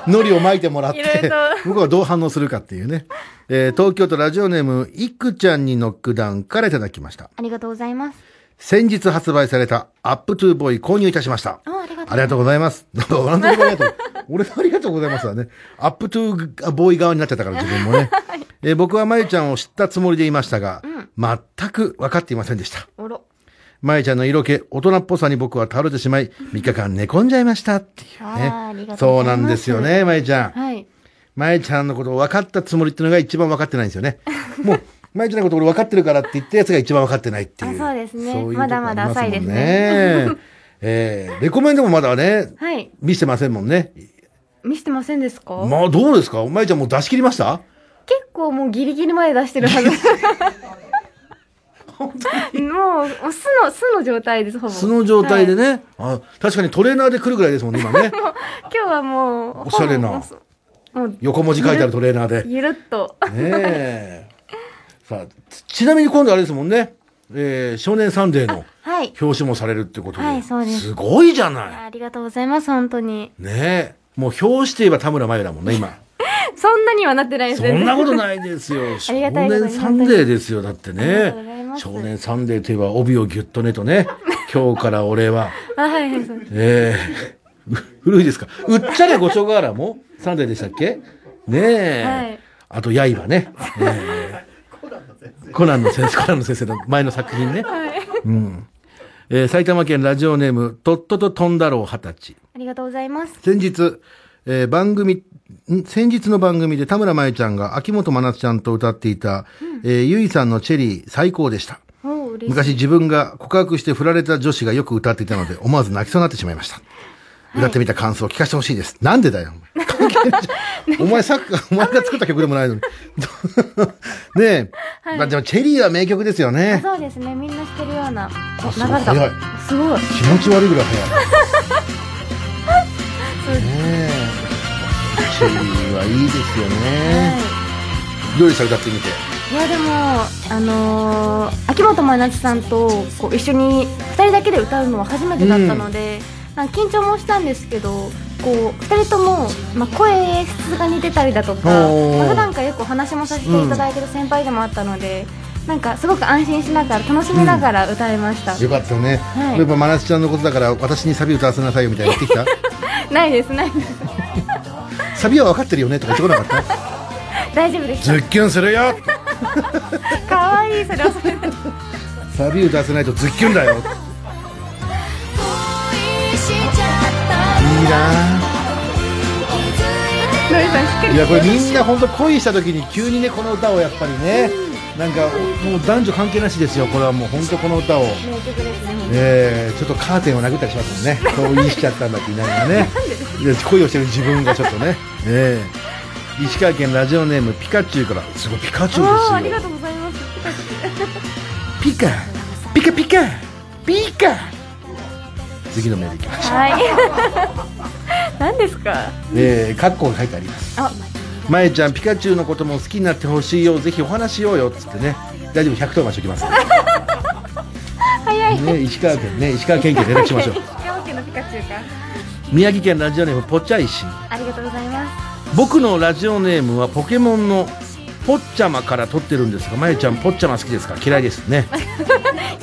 [SPEAKER 2] のりを巻いてもらって
[SPEAKER 1] いろいろと
[SPEAKER 2] 向こうはどう反応するかっていうね、えー東京都ラジオネームいくちゃんにノックダウンからいただきました
[SPEAKER 3] ありがとうございます
[SPEAKER 2] 先日発売されたアップトゥーボーイ購入いたしました
[SPEAKER 3] あありがと
[SPEAKER 2] ありがとうございます。 なんでもありがとう。俺のありがとうございますはね。アップトゥーボーイ側になっちゃったから自 分もね。えー僕はまゆちゃんを知ったつもりでいましたが、全く分かっていませんでした。
[SPEAKER 1] おろ
[SPEAKER 2] まゆちゃんの色気、大人っぽさに僕は倒れてしまい、3日間寝込んじゃいましたっていうね。
[SPEAKER 3] あーありがとう
[SPEAKER 2] そ
[SPEAKER 3] ご
[SPEAKER 2] う
[SPEAKER 3] ざ
[SPEAKER 2] ない
[SPEAKER 3] ます
[SPEAKER 2] んですよね、まゆちゃん。
[SPEAKER 1] はい
[SPEAKER 2] まえちゃんのことを分かったつもりっていうのが一番分かってないんですよ ね。もう、まえちゃんのこと俺分かってるからって言ったやつが一番分かってないっていう。
[SPEAKER 1] あそうですね
[SPEAKER 2] そういうとこ
[SPEAKER 1] まだまだ浅いですね
[SPEAKER 2] ありますもんね。えー、レコメンでもまだね、
[SPEAKER 1] はい
[SPEAKER 2] 見せてませんもんね。
[SPEAKER 1] 見せてませんですか、
[SPEAKER 2] まあどうですかまえちゃんもう出し切りました
[SPEAKER 1] 結構もうギリギリまで出してるはずもうもう素の素の状態ですほぼ
[SPEAKER 2] 素の状態で
[SPEAKER 1] はい
[SPEAKER 2] ね、あ。確かにトレーナーで来るぐらいですもんね、今 ね。
[SPEAKER 1] 今日はもう
[SPEAKER 2] おしゃれな
[SPEAKER 1] ほぼもう
[SPEAKER 2] 横文字書いてあるトレーナーで。ね
[SPEAKER 1] ゆるっと
[SPEAKER 2] え。さあ、ちちなみに今度あれですもんね。えー、少年サンデーの
[SPEAKER 3] はい
[SPEAKER 2] 表紙もされるってことで。
[SPEAKER 3] はいそうです
[SPEAKER 2] すごいじゃない。
[SPEAKER 3] ありがとうございます本当に
[SPEAKER 2] ねえ。もう表紙といえば田村真由だもんね、今。
[SPEAKER 1] そんなにはなってないです
[SPEAKER 2] そ
[SPEAKER 1] ね
[SPEAKER 2] んなことないですよ。少
[SPEAKER 1] ありがたいこと
[SPEAKER 2] 年
[SPEAKER 1] に
[SPEAKER 2] サンデーですよ、だっ
[SPEAKER 3] と
[SPEAKER 2] て
[SPEAKER 3] うござい
[SPEAKER 2] ね。
[SPEAKER 3] ます
[SPEAKER 2] 少年サンデーといえば帯をぎゅっとねと ね。今日から俺は。
[SPEAKER 1] あ はいはいそうです
[SPEAKER 2] え え古いですか。うっちゃれごちょがらもサンデーでしたっけねえ。
[SPEAKER 1] はい
[SPEAKER 2] あと、刃ね。ええコナンの先生、コナンの先生の前の作品ね。うん。えー埼玉県ラジオネーム、とっとととんだろう二十歳。
[SPEAKER 3] ありがとうございます
[SPEAKER 2] 先日、えー番組、ん先日の番組で田村真由ちゃんが秋元真夏ちゃんと歌っていた、えーゆいさんのチェリー最高でした。
[SPEAKER 3] おお嬉しい
[SPEAKER 2] 昔自分が告白して振られた女子がよく歌っていた ので思わず泣きそうになってしまいました。歌ってみた感想を聞かせてほしいです。なんでだよ、お前。関係 ないじゃんお前サッカ ー、お前が作った曲でもないのに。 ねえ。まあでもチェリーは名曲ですよね。
[SPEAKER 3] そうですねみんな知ってるような
[SPEAKER 2] あ、すごい
[SPEAKER 3] 流れた
[SPEAKER 2] 早い。
[SPEAKER 1] すごい
[SPEAKER 2] 気持ち悪いぐらい 早い。ねえ。チェリーはいいですよね。どうでした歌ってみて。
[SPEAKER 1] いやでもあのー秋元真夏さんとこう一緒に2人だけで歌うのは初めてだったので、なんか緊張もしたんですけどこう2人とも、まあ、声質が似てたりだとか、
[SPEAKER 2] おー
[SPEAKER 1] まあ、普段からよくお話もさせていただいてる先輩でもあったので、なんかすごく安心しながら楽しみながら歌いました、
[SPEAKER 2] よかったね。
[SPEAKER 1] はい
[SPEAKER 2] やっぱ真夏ちゃんのことだから私にサビ歌わせなさいよみたいな言ってきた。
[SPEAKER 1] ないですないです
[SPEAKER 2] サビは分かってるよねとか言ってこなかった。
[SPEAKER 1] 大丈夫です
[SPEAKER 2] ズッキュンするよ。
[SPEAKER 1] かわいいそれはそれで
[SPEAKER 2] サビ歌わせないとズッキュンだよ。いいな
[SPEAKER 1] のりさんしっか
[SPEAKER 2] ぁいやこれみんな本当恋した時に急にねこの歌をやっぱりね、なんかもう男女関係なしですよこれはもう本当この歌を、
[SPEAKER 1] り名曲ですね
[SPEAKER 2] えー、ちょっとカーテンを殴ったりしますもん ねそう言いしちゃったんだって言いながらねいや恋をしてる自分がちょっとね、えー、石川県ラジオネームピカチュウからすごいピカチュウですよ
[SPEAKER 1] ありがとうございます
[SPEAKER 2] ピカピカピカピカ次のメールいきましょう、
[SPEAKER 1] はい 何ですか
[SPEAKER 2] えー、カッコが書いてあります
[SPEAKER 1] あ
[SPEAKER 2] まえちゃんピカチュウのことも好きになってほしいよぜひお話しようよっつってね大丈夫110番しとき ます早いね石川県ね石川県警連絡しましょう
[SPEAKER 1] 石川県のピカチュウか
[SPEAKER 2] 宮城県ラジオネームぽっちゃいしん
[SPEAKER 1] ありがとうございます
[SPEAKER 2] 僕のラジオネームはポケモンのポッチャマから取ってるんですがまゆちゃんポッチャマ好きですか嫌いですね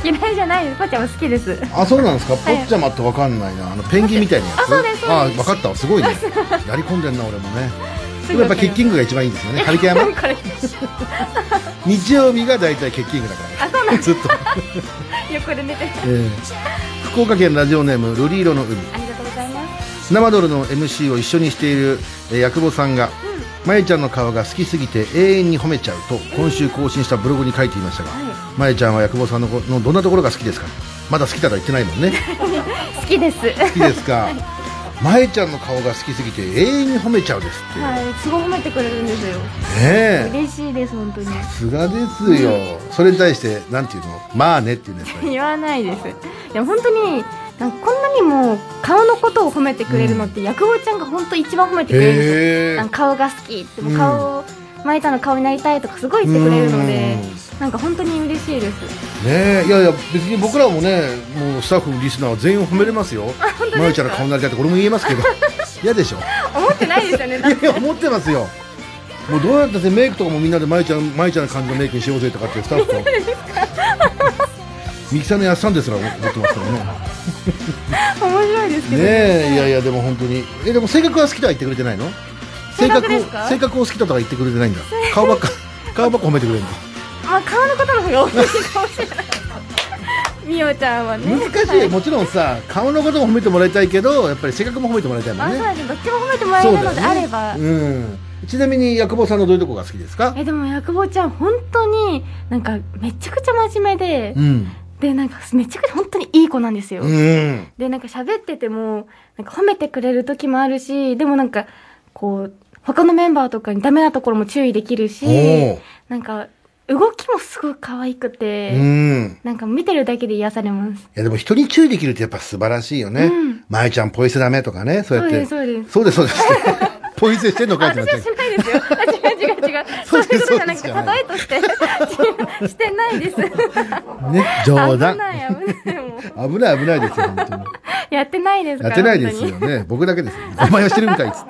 [SPEAKER 1] 嫌いじゃないですパちゃんも好きです
[SPEAKER 2] あそうなんですかポッチャマってわかんないなあのペンギンみたいなやつあ
[SPEAKER 1] そうですそうです
[SPEAKER 2] わかったわすごいねやり込んでんな俺もね
[SPEAKER 1] す
[SPEAKER 2] で
[SPEAKER 1] ぐ
[SPEAKER 2] もや
[SPEAKER 1] わ
[SPEAKER 2] っ
[SPEAKER 1] か
[SPEAKER 2] ぱキッ
[SPEAKER 1] ります
[SPEAKER 2] キングが一番いいんですよね春木山
[SPEAKER 1] これ
[SPEAKER 2] 日曜日が大体キッキングだからずっと、
[SPEAKER 1] 横で寝て
[SPEAKER 2] えー福岡県ラジオネームルリ色の海
[SPEAKER 1] ありがとうございます
[SPEAKER 2] 生ドルの MC を一緒にしているえー八久保さんが、まゆちゃんの顔が好きすぎて永遠に褒めちゃうと今週更新したブログに書いていましたが、まゆちゃんは八久保さんのこのどんなところが好きですかまだ好きだとは言ってないもんね
[SPEAKER 1] 好きです
[SPEAKER 2] 好きですかまゆちゃんの顔が好きすぎて永遠に褒めちゃうですって、ね
[SPEAKER 1] はいすごい褒めてくれるんですよ
[SPEAKER 2] え
[SPEAKER 1] 嬉しいです本当に
[SPEAKER 2] さすがですよ、それに対してなんていうのまあねっていうんですかね
[SPEAKER 1] 言わないですいや本当になんかこんなにも顔のことを褒めてくれるのって薬王、ちゃんが本当一番褒めてくれるんですよ
[SPEAKER 2] へ
[SPEAKER 1] なん
[SPEAKER 2] ー
[SPEAKER 1] か顔が好きってもううん顔をまゆちゃんの顔になりたいとかすごい言ってくれるのでなんか本当に嬉しいで
[SPEAKER 2] ね
[SPEAKER 1] す
[SPEAKER 2] えいやいや別に僕らもねもうスタッフリスナーは全員褒めれますよまゆちゃんの顔になりたいってこれも言えます けど嫌でしょ
[SPEAKER 1] 思ってないですよね
[SPEAKER 2] いやいや思ってますよもうどうやったってメイクとかもみんなでまゆちゃんまゆちゃんの感じのメイクにしようぜとか ってスタッフとミキさんのやっさんですら思ってますからね
[SPEAKER 1] 面白いですけ
[SPEAKER 2] ね
[SPEAKER 1] ど、
[SPEAKER 2] えいやいやでも本当にえでも性格は好きとは言ってくれてないの性格を性格を好きだとは言ってくれてないんだ顔ばっか顔ばっか褒めてくれるんだ
[SPEAKER 1] まあ、顔のことの方が多いかもしれ ないみおちゃんはね
[SPEAKER 2] 難しい、もちろんさ顔のことも褒めてもらいたいけどやっぱり性格も褒めてもらいたいも
[SPEAKER 1] あ
[SPEAKER 2] ん
[SPEAKER 1] そう
[SPEAKER 2] ね
[SPEAKER 1] ですどっちも褒めてもらえるのであれば、
[SPEAKER 2] うんちなみに薬房さんのどういうとこが好きですか
[SPEAKER 1] えでも薬房ちゃん本当になんかめちゃくちゃ真面目で、
[SPEAKER 2] うん
[SPEAKER 1] でなんかめちゃくちゃ本当にいい子なんですよ、
[SPEAKER 2] うん
[SPEAKER 1] でなんか喋っててもなんか褒めてくれる時もあるしでもなんかこう他のメンバーとかにダメなところも注意できるし
[SPEAKER 2] お
[SPEAKER 1] なんか動きもすごい可愛く
[SPEAKER 2] う
[SPEAKER 1] て、
[SPEAKER 2] ん
[SPEAKER 1] なんか見てるだけで癒されます
[SPEAKER 2] いやでも人に注意できるってやっぱ素晴らしいよね
[SPEAKER 1] うん。
[SPEAKER 2] ま、ゆ、ちゃんポイ捨てダメとかね、そうやって。
[SPEAKER 1] そうです
[SPEAKER 2] そうです。そう です、ポイ捨てしてんのかってなっ
[SPEAKER 1] 私
[SPEAKER 2] ちゃ
[SPEAKER 1] は
[SPEAKER 2] う
[SPEAKER 1] し。ないですよあ違う違う違う
[SPEAKER 2] そ
[SPEAKER 1] そうう
[SPEAKER 2] で
[SPEAKER 1] いう
[SPEAKER 2] す
[SPEAKER 1] ことじゃなくて
[SPEAKER 2] そうで
[SPEAKER 1] 例えとして違うして ないです
[SPEAKER 2] ね、冗
[SPEAKER 1] 危
[SPEAKER 2] 談。
[SPEAKER 1] ない危ないもう
[SPEAKER 2] 危ない危ないですよ、本当に。
[SPEAKER 1] やってないです か
[SPEAKER 2] やっ
[SPEAKER 1] ら
[SPEAKER 2] てないです
[SPEAKER 1] 本当
[SPEAKER 2] よ
[SPEAKER 1] に
[SPEAKER 2] ね。僕だけですよ。お前はしてるみたいっつって。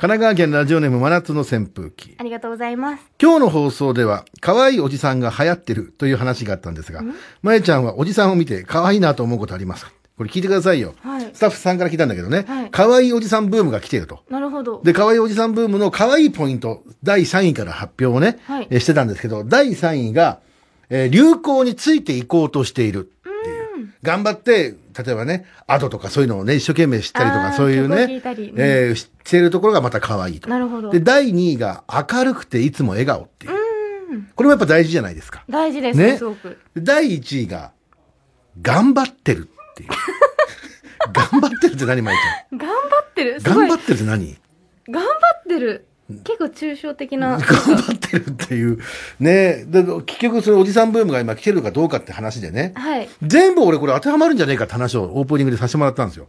[SPEAKER 2] 神奈川県ラジオネーム真夏の扇風機。
[SPEAKER 1] ありがとうございます
[SPEAKER 2] 今日の放送では、可愛いおじさんが流行ってるという話があったんですが、まゆちゃんはおじさんを見て可愛いなと思うことありますかこれ聞いてくださいよ。
[SPEAKER 1] はい
[SPEAKER 2] スタッフさんから聞いたんだけどね、
[SPEAKER 1] はい
[SPEAKER 2] 可愛いおじさんブームが来ていると。
[SPEAKER 1] なるほど
[SPEAKER 2] で、可愛いおじさんブームの可愛いポイント、第3位から発表をね、
[SPEAKER 1] はい
[SPEAKER 2] えーしてたんですけど、第3位が、えー流行についていこうとしているっていう。頑張って、例えばね、アドとかそういうのをね、一生懸命知ったりと
[SPEAKER 1] あ
[SPEAKER 2] か、
[SPEAKER 1] ー
[SPEAKER 2] そういう
[SPEAKER 1] 曲を
[SPEAKER 2] ね
[SPEAKER 1] 聴いたり、うん
[SPEAKER 2] えー知っているところがまた可愛いと。
[SPEAKER 1] なるほど
[SPEAKER 2] で、第2位が、明るくていつも笑顔っていう。これもやっぱ大事じゃないですか。
[SPEAKER 1] 大事です、
[SPEAKER 2] ね
[SPEAKER 1] すごく
[SPEAKER 2] で第1位が、頑張ってるって いう。頑張ってるって何、まいち
[SPEAKER 1] 頑張ってる
[SPEAKER 2] ゃ
[SPEAKER 1] す
[SPEAKER 2] ん。
[SPEAKER 1] ご
[SPEAKER 2] 頑
[SPEAKER 1] い
[SPEAKER 2] 張ってるって何
[SPEAKER 1] 頑張ってる結構抽象的な
[SPEAKER 2] 頑張ってるっていう。ねで結局そのおじさんブームが今来てるかどうかって話でね。
[SPEAKER 1] はい
[SPEAKER 2] 全部俺これ当てはまるんじゃねえかって話をオープニングでさせてもらったんですよ。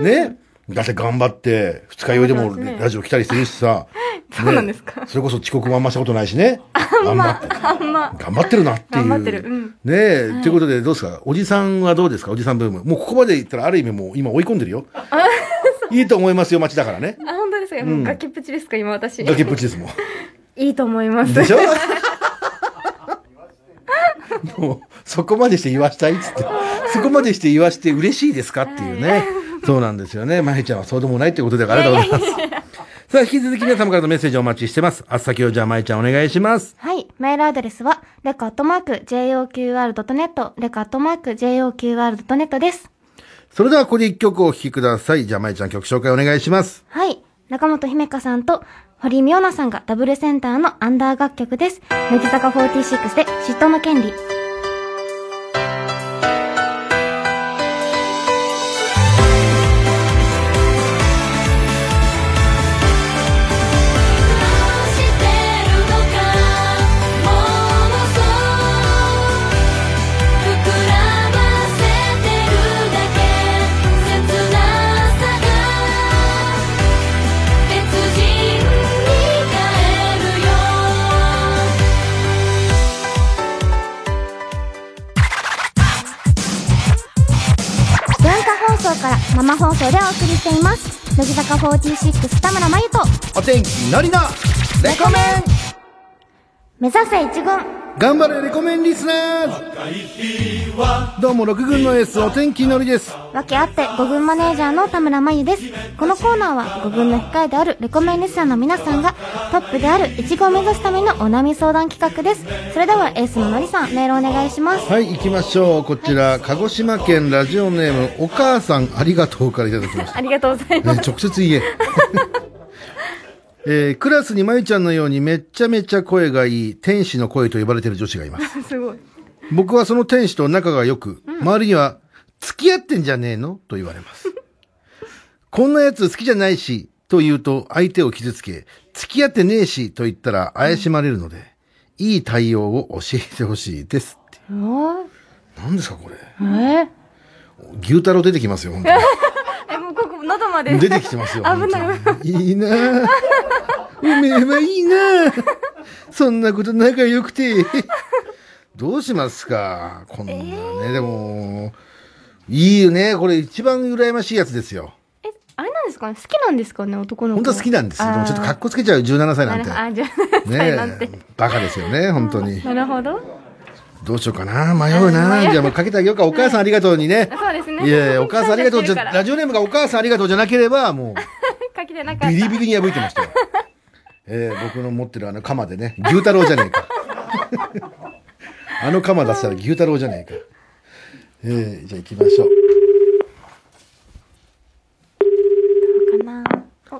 [SPEAKER 2] ねだって頑張って、二日酔いで
[SPEAKER 1] 頑張
[SPEAKER 2] も
[SPEAKER 1] ってますね
[SPEAKER 2] ラジオ来たりするしさ。
[SPEAKER 1] そうなんですか
[SPEAKER 2] ねそれこそ遅刻もあんましたことないし ね。頑張って。
[SPEAKER 1] あんま
[SPEAKER 2] 頑張ってるなっていう。
[SPEAKER 1] 頑張ってるうん
[SPEAKER 2] ねえ、ということでどうですかおじさんはどうですかおじさんブーム。もうここまで言ったらある意味もう今追い込んでる よ。いいと思いますよ、街だからね。
[SPEAKER 1] あ本当ですか、もうガキプチですか今私
[SPEAKER 2] 崖っぷちですもん。
[SPEAKER 1] いいと思います
[SPEAKER 2] でしょもうそこまでして言わしたいっつってそこまでして言わして嬉しいですかっていうねそうなんですよねまゆちゃんはそうでもないってことでありがとうございます さあ引き続き皆様からのメッセージをお待ちしてますあっさきをじゃあまゆちゃんお願いします
[SPEAKER 3] はい。メールアドレスは、レカットマーク JOQR.net、レカットマーク JOQR.net です。
[SPEAKER 2] それではここで一曲お聴きくださいじゃあまゆちゃん曲紹介お願いします
[SPEAKER 3] はい。中本姫香さんと堀美央奈さんがダブルセンターのアンダー楽曲です。乃木坂46で嫉妬の権利。
[SPEAKER 7] してるのかもうそう膨らませてるだけ切なさが別人に変えるよ
[SPEAKER 3] 生放送でお送りしています乃木坂46田村真由と
[SPEAKER 2] お天気のりのレコメン
[SPEAKER 3] 目指せ一軍
[SPEAKER 2] 頑張れレコメンリスナーどうも6軍のエースお天気のりです
[SPEAKER 3] わけあって五軍マネージャーの田村真由ですこのコーナーは五軍の控えであるレコメンリスナーの皆さんがトップである一軍を目指すためのお悩み相談企画ですそれではエースののりさんメールお願いします
[SPEAKER 2] はい行きましょうこちら鹿児島県ラジオネームお母さんありがとうからいただきました
[SPEAKER 1] ありがとうございます
[SPEAKER 2] ね直接言え。 えークラスにまゆちゃんのようにめっちゃめちゃ声がいい天使の声と呼ばれてる女子がいます。
[SPEAKER 1] すごい
[SPEAKER 2] 僕はその天使と仲が良く、周りには付き合ってんじゃねえのと言われます。こんなやつ好きじゃないし、と言うと相手を傷つけ、付き合ってねえし、と言ったら怪しまれるので、いい対応を教えてほしいですって。何ですかこれ。
[SPEAKER 1] えー、
[SPEAKER 2] 牛太郎出てきますよ、本当に。
[SPEAKER 1] えもうここ喉ま で
[SPEAKER 2] 出てきてますよ。
[SPEAKER 1] 危ない
[SPEAKER 2] 本当にいいなぁ。おめえはいいなぁ。そんなこと仲良くて。どうしますかこんなね、でも、いいよね。これ一番羨ましいやつですよ。
[SPEAKER 1] えあれなんですかね好きなんですかね男の子
[SPEAKER 2] 本当は好きなんですよ。でもちょっとかっこつけちゃう17歳なんて。
[SPEAKER 1] あじゃあ、なんて
[SPEAKER 2] ねえ、バカですよね、本当に。
[SPEAKER 1] なるほど
[SPEAKER 2] どうしようかな迷うなじゃあもうかけてあげようか。お母さんありがとうにね。
[SPEAKER 1] そうですね
[SPEAKER 2] いやいや、お母さんありが とうじゃ、
[SPEAKER 1] 書いてるから
[SPEAKER 2] ラジオネームがお母さんありがとうじゃなければ、もう。
[SPEAKER 1] 書きてなかった
[SPEAKER 2] ビリビリに破いてましたよ。えー僕の持ってるあの鎌でね、牛太郎じゃねえか。 あの鎌出したら牛太郎じゃねえか。えーじゃあ行きましょう。
[SPEAKER 3] かな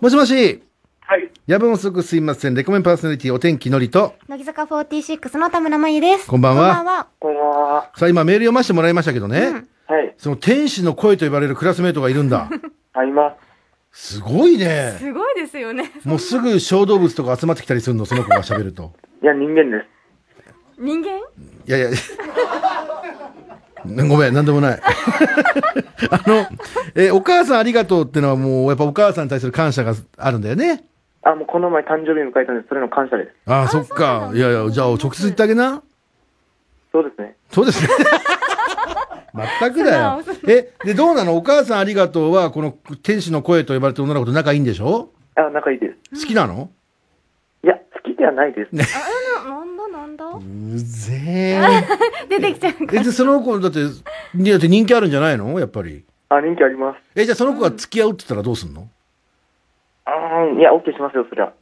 [SPEAKER 2] もしもし、
[SPEAKER 8] はい。
[SPEAKER 2] 夜分遅くすいません。レコメンパーソナリティお天気のりと。
[SPEAKER 3] 乃木坂46の田村真由です
[SPEAKER 2] こんばん
[SPEAKER 3] こ
[SPEAKER 2] は
[SPEAKER 3] んばんは
[SPEAKER 8] こんばんは。
[SPEAKER 2] さあ今メール読ませてもらいましたけどね、
[SPEAKER 8] はい。
[SPEAKER 2] その天使の声と呼ばれるクラスメートがいるんだ。
[SPEAKER 8] あります。
[SPEAKER 2] すごいね。
[SPEAKER 1] すごいですよね
[SPEAKER 2] もうすぐ小動物とか集まってきたりするの、その子が喋ると。
[SPEAKER 8] いや、人間です。
[SPEAKER 1] 人間
[SPEAKER 2] いやいや。 ごめん、なんでもない。 あの、えーお母さんありがとうってのはもう、やっぱお母さんに対する感謝があるんだよね。
[SPEAKER 8] あ、もうこの前誕生日迎えたんで、それの感謝です。
[SPEAKER 2] ああ、そっか。いやいや、じゃあ直接言ってあげな。
[SPEAKER 8] そうですね。
[SPEAKER 2] そうですね。 全くだよ。え、で、どうなのお母さんありがとうは、この天使の声と呼ばれてる女の子と仲いいんでしょ
[SPEAKER 8] あ、仲いいです。
[SPEAKER 2] 好きなの、
[SPEAKER 8] いや、好きではないです。
[SPEAKER 1] なんだなんだ
[SPEAKER 2] うぜえ。
[SPEAKER 1] 出てきちゃう
[SPEAKER 2] え、で、その子、だって、だって人気あるんじゃないのやっぱり。
[SPEAKER 8] あ、人気あります。
[SPEAKER 2] え、じゃあその子が付き合うって言ったらどうすんの、
[SPEAKER 8] あーいや、OK しますよ、そりゃ。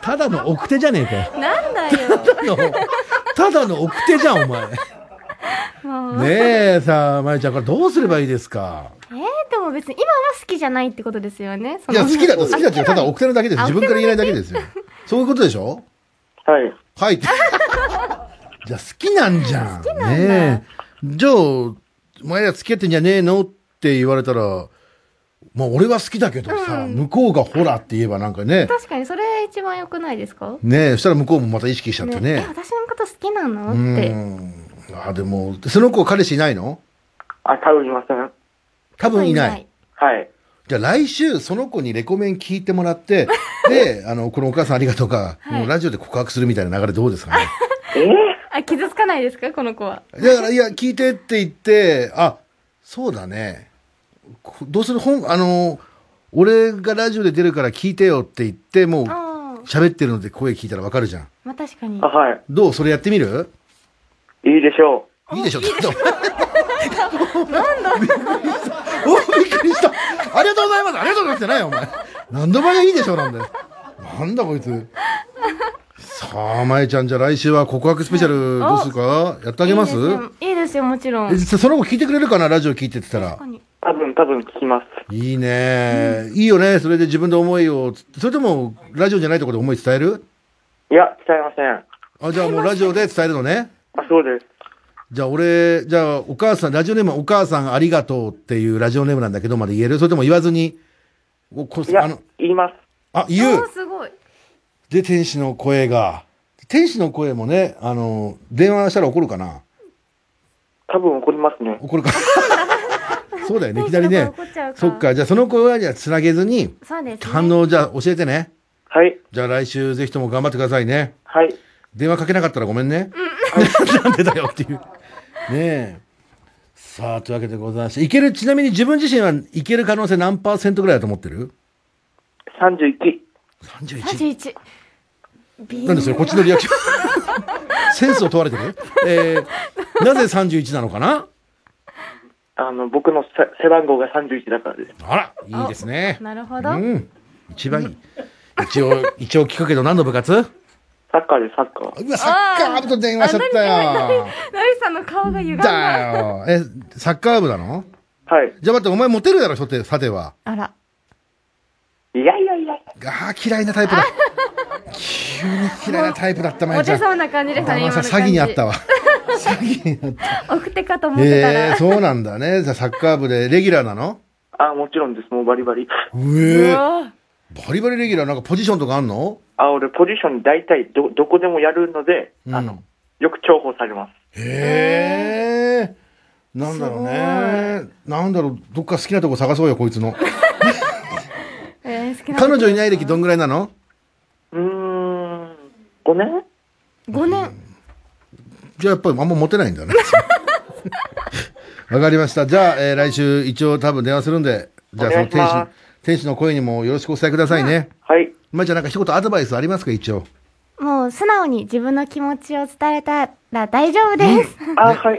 [SPEAKER 2] ただの奥手じゃねえかよ。
[SPEAKER 1] なんだよ
[SPEAKER 2] ただの、ただの奥手じゃん、お前。ねえ、さあ、まゆちゃん、これどうすればいいですか
[SPEAKER 1] えー、でも別に今は好きじゃないってことですよねそ
[SPEAKER 2] い
[SPEAKER 1] の
[SPEAKER 2] や、好きだと好きだって、ただ奥手なだけです。
[SPEAKER 1] あ
[SPEAKER 2] 自分から言えないだけですよ。そういうことでしょ
[SPEAKER 8] はい。
[SPEAKER 2] はいって。じゃあ、好きなんじゃん。ねえ。じゃあ、お前ら付き合ってんじゃねえのって言われたら、まあ、俺は好きだけどさ、向こうがほらって言えばなんかね、
[SPEAKER 1] 確かにそれ一番良くないですか
[SPEAKER 2] ねえ、そしたら向こうもまた意識しちゃって
[SPEAKER 1] え
[SPEAKER 2] ね。
[SPEAKER 1] 私のこと好きなの
[SPEAKER 2] う
[SPEAKER 1] って
[SPEAKER 2] ん。あ、でも、その子彼氏いないの
[SPEAKER 8] あ、多分いません。は
[SPEAKER 2] 多分いない。
[SPEAKER 8] い。
[SPEAKER 2] じゃあ来週その子にレコメン聞いてもらって、で、あの、このお母さんありがとうか、もうラジオで告白するみたいな流れどうですかね。
[SPEAKER 1] あ傷つかないですかこの子は
[SPEAKER 2] だから、いや、聞いてって言って、あ、そうだね。こどうする本、あの、俺がラジオで出るから聞いてよって言って、もう
[SPEAKER 1] ああ
[SPEAKER 2] 喋ってるので声聞いたらわかるじゃん。
[SPEAKER 1] まあ確かに
[SPEAKER 8] あ、はい。
[SPEAKER 2] どうそれやってみる
[SPEAKER 8] いいでしょ
[SPEAKER 2] いいでしょちょっと。おびっくりした。ありがとうございます。ありがとうございますじゃないよ、お前。何度までいいでしょ、なんだよ。なんだこいつ。さあ、まえちゃん、じゃあ来週は告白スペシャルどうするかやってあげます
[SPEAKER 1] いいですよいいですよもちろん
[SPEAKER 2] え実際その子聞いてくれるかなラジオ聞いてって言ったら
[SPEAKER 1] 確か。に
[SPEAKER 8] う。多分、多分聞きます。
[SPEAKER 2] いいね、いいよね。それで自分の思いを、それとも、ラジオじゃないところで思い伝える
[SPEAKER 8] いや、伝えません。
[SPEAKER 2] あ、じゃあもうラジオで伝えるのね。
[SPEAKER 8] あ、そうです。
[SPEAKER 2] じゃあ俺、じゃあお母さん、ラジオネームはお母さんありがとうっていうラジオネームなんだけどまで言えるそれとも言わずに、おこ
[SPEAKER 8] い
[SPEAKER 2] あ
[SPEAKER 8] や
[SPEAKER 2] の、、
[SPEAKER 8] 言います。
[SPEAKER 2] あ、言
[SPEAKER 1] お
[SPEAKER 2] う
[SPEAKER 1] ーすごい
[SPEAKER 2] で、天使の声が。天使の声もね、あの、電話したら怒るかな
[SPEAKER 8] 多分怒りますね。
[SPEAKER 2] 怒るか。 そうだよね、いきなりね
[SPEAKER 1] 天使の声怒っちゃう。か
[SPEAKER 2] そっか、じゃあその声はじゃあつなげずに、
[SPEAKER 1] そうですね
[SPEAKER 2] 反応をじゃあ教えてね。
[SPEAKER 8] はい。
[SPEAKER 2] じゃあ来週ぜひとも頑張ってくださいね。
[SPEAKER 8] はい。
[SPEAKER 2] 電話かけなかったらごめんね。なんでだよっていう。ねえ。さあ、というわけでございまして、いける、ちなみに自分自身はいける可能性何パーセントぐらいだと思ってる
[SPEAKER 8] 31。
[SPEAKER 2] ?31。
[SPEAKER 1] 31微
[SPEAKER 2] なんでそれ、こっちのリアクション。センスを問われてるえー、なぜ31なのかな
[SPEAKER 8] あの、僕のさ背番号が31だからです。
[SPEAKER 2] あら、いいですね。
[SPEAKER 1] なるほ
[SPEAKER 2] う
[SPEAKER 1] ど、
[SPEAKER 2] ん。一番いい。一応、一応聞くけど何の部活
[SPEAKER 8] サッカーです、サッカー。
[SPEAKER 2] うわ、サッカー部と電話しちゃったよ。
[SPEAKER 1] なるさんの顔が歪んだ
[SPEAKER 2] だよ。え、サッカー部なの
[SPEAKER 8] はい。
[SPEAKER 2] じゃあ待って、お前モテるだろ、さて、さては。
[SPEAKER 1] あら
[SPEAKER 8] いやいやいや。
[SPEAKER 2] ああ、嫌いなタイプだ。急に嫌いなタイプだった、まゆ
[SPEAKER 1] モ
[SPEAKER 2] ちゃ
[SPEAKER 1] テ
[SPEAKER 2] ん。
[SPEAKER 1] そうな感じでしたね
[SPEAKER 2] あさ
[SPEAKER 1] 今の
[SPEAKER 2] 詐
[SPEAKER 1] 感
[SPEAKER 2] 欺
[SPEAKER 1] じ
[SPEAKER 2] にあ ったわ。詐欺にあった。
[SPEAKER 1] 送ってかと思ってたら、
[SPEAKER 2] ええー、そうなんだね。じゃあサッカー部でレギュラーなの
[SPEAKER 8] あ、もちろんです、もうバリバリ。
[SPEAKER 2] うえ
[SPEAKER 1] うわ
[SPEAKER 2] バリバリレギュラーなんかポジションとかあんの
[SPEAKER 8] あ、俺、ポジション大体ど、どこでもやるので、
[SPEAKER 2] うん
[SPEAKER 8] あの、よく重宝されます。
[SPEAKER 2] へえ。なんだろうね。なんだろう、どっか好きなとこ探そうよ、こいつの。
[SPEAKER 1] えー好きな
[SPEAKER 2] 彼女いない歴どんぐらいなの
[SPEAKER 8] うーん、5年
[SPEAKER 1] 5年
[SPEAKER 2] じゃあやっぱりあんまモテないんだね。わかりました。じゃあ、えー来週一応多分電話するんで、じゃあその
[SPEAKER 8] お願
[SPEAKER 2] 天
[SPEAKER 8] いし
[SPEAKER 2] 使
[SPEAKER 8] ま、
[SPEAKER 2] 天使の声にもよろしくお伝えくださいね。
[SPEAKER 8] はい。
[SPEAKER 2] まあ、じゃあなんか一言アドバイスありますか、一応。
[SPEAKER 3] もう素直に自分の気持ちを伝えたら大丈夫です。
[SPEAKER 8] あ、はい。
[SPEAKER 3] 頑張っ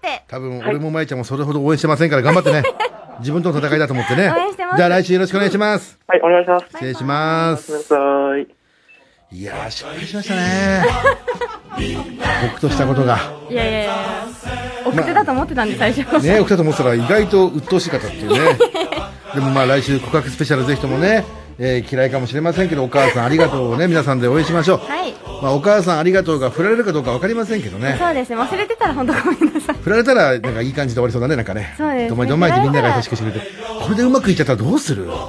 [SPEAKER 3] て
[SPEAKER 2] 多分俺もまいちゃんもそれほど応援してませんから頑 張ってね。自分との戦いだと思ってね。
[SPEAKER 3] 応援してます
[SPEAKER 2] じゃあ来週よろしくお願いします。
[SPEAKER 8] はい、お願いします。
[SPEAKER 2] 失礼します
[SPEAKER 8] ご。めんなさい。
[SPEAKER 2] いやー、失敗しましたね。僕としたことが。
[SPEAKER 1] いやいやいや送ってたと思ってたんで最初、
[SPEAKER 2] ね、起きたと思ってたら意外と鬱陶しかったってい うね。でもまあ来週告白スペシャルぜひともね、えー嫌いかもしれませんけど、お母さんありがとうをね、皆さんで応援しましょう。
[SPEAKER 1] はい
[SPEAKER 2] まあお母さんありがとうが振られるかどうかわかりませんけどね。
[SPEAKER 1] そうですね忘れてたら本当ごめんなさい
[SPEAKER 2] 振られたらなんかいい感じで終わりそうだね、なんかね。
[SPEAKER 1] そうですね
[SPEAKER 2] どまいどまいってみんなが優しくしてくれて。これでうまくいっちゃったらどうする
[SPEAKER 1] えでも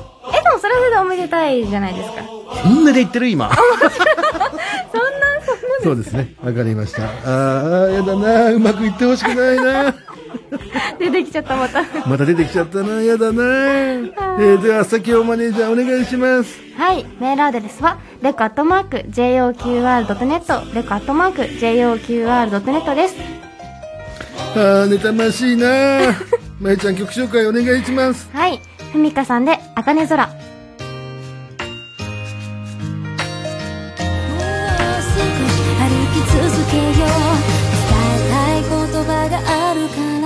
[SPEAKER 1] それはそれでおめでたいじゃないですか
[SPEAKER 2] 本音で言ってる今。
[SPEAKER 1] そんなそんな
[SPEAKER 2] そうですね。わかりました。ああ、やだな。うまくいってほしくないな。
[SPEAKER 1] 出てきちゃったまた
[SPEAKER 2] また出てきちゃったな。やだな。えー、では、先をマネージャーお願いします。
[SPEAKER 3] はい、メールアドレスは、レコアットマーク、JOQR.net、レコアットマーク、JOQR.net です。
[SPEAKER 2] ああ、妬ましいな。まゆちゃん曲紹介お願いします。
[SPEAKER 3] はい、ふみかさんで、あかね空。
[SPEAKER 7] もう少し歩き続けよう伝えたい言葉があるから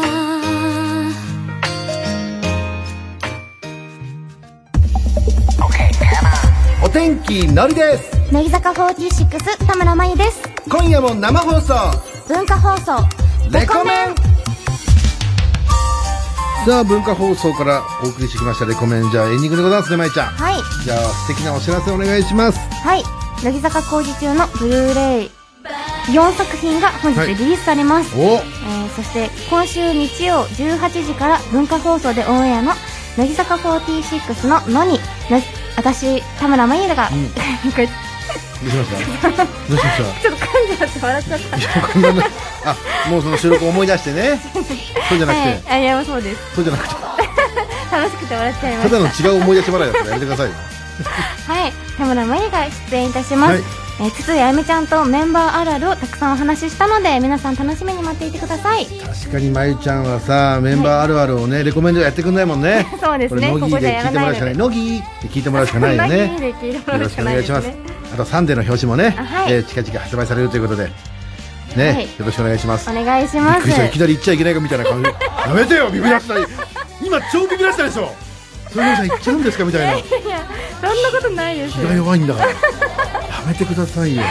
[SPEAKER 2] お天気のりです。
[SPEAKER 3] 乃木坂46、田村真由です。
[SPEAKER 2] 今夜も生放送、
[SPEAKER 3] 文化放送、
[SPEAKER 2] レコメンさあ、文化放送からお送りしてきました、レコメン。じゃあ、エンディングでございますね、まゆちゃん。
[SPEAKER 3] はい、
[SPEAKER 2] じゃあ、素敵なお知らせお願いします。
[SPEAKER 3] はい、乃木坂工事中のブルーレイ4作品が本日リリースされます。
[SPEAKER 2] お
[SPEAKER 3] えーそして今週日曜18時から文化放送でオンエアの乃木坂46の「のに」の私田村真由が、
[SPEAKER 2] ん
[SPEAKER 3] これ
[SPEAKER 2] どうしました どうしました
[SPEAKER 1] ちょっと噛んじゃって笑っちゃった
[SPEAKER 2] こんなのあもうその収録思い出して ねそうじゃなくて、
[SPEAKER 1] はいあいやそうです
[SPEAKER 2] そうじゃなくて
[SPEAKER 1] 楽しくて笑っちゃいま
[SPEAKER 2] た
[SPEAKER 1] し
[SPEAKER 2] だの違う思い出し笑いだからやめてくださいよ
[SPEAKER 3] はい田村真由が出演いたします、
[SPEAKER 2] はい
[SPEAKER 3] えー筒井あゆみちゃんとメンバーあるあるをたくさんお話ししたので皆さん楽しみに待っていてください
[SPEAKER 2] 確かにまゆちゃんはさメンバーあるあるをね、レコメンドやってくんないもん ね
[SPEAKER 1] そうですね
[SPEAKER 2] これ乃
[SPEAKER 1] こ
[SPEAKER 2] 木
[SPEAKER 1] こじゃ
[SPEAKER 2] で聞
[SPEAKER 1] や
[SPEAKER 2] い
[SPEAKER 1] ら
[SPEAKER 2] ても
[SPEAKER 1] な
[SPEAKER 2] ら
[SPEAKER 1] いう
[SPEAKER 2] しか
[SPEAKER 1] の
[SPEAKER 2] ない
[SPEAKER 1] で
[SPEAKER 2] 乃木って聞いてもらうしか ないよ
[SPEAKER 1] そんな
[SPEAKER 2] ね
[SPEAKER 1] 風で聞いても
[SPEAKER 2] よ
[SPEAKER 1] ら
[SPEAKER 2] ろ
[SPEAKER 1] う
[SPEAKER 2] しく
[SPEAKER 1] しか
[SPEAKER 2] お
[SPEAKER 1] ない
[SPEAKER 2] 願
[SPEAKER 1] で
[SPEAKER 2] いし
[SPEAKER 1] す
[SPEAKER 2] ます
[SPEAKER 1] ね
[SPEAKER 2] あと3での表紙もね、
[SPEAKER 3] はい
[SPEAKER 2] えー近々発売されるということでね、
[SPEAKER 3] はい
[SPEAKER 2] よろしくお願いします
[SPEAKER 3] お願いし
[SPEAKER 2] びっ
[SPEAKER 3] ま
[SPEAKER 2] く
[SPEAKER 3] す
[SPEAKER 2] りしたいきなり言っちゃいけないかみたいな感じで やめてよビビらしたり今超ビビらしたでしょそれ皆さん言っちゃうんですかみたいな
[SPEAKER 1] そんなことないです
[SPEAKER 2] 気が弱いんだからやめてくださいよ、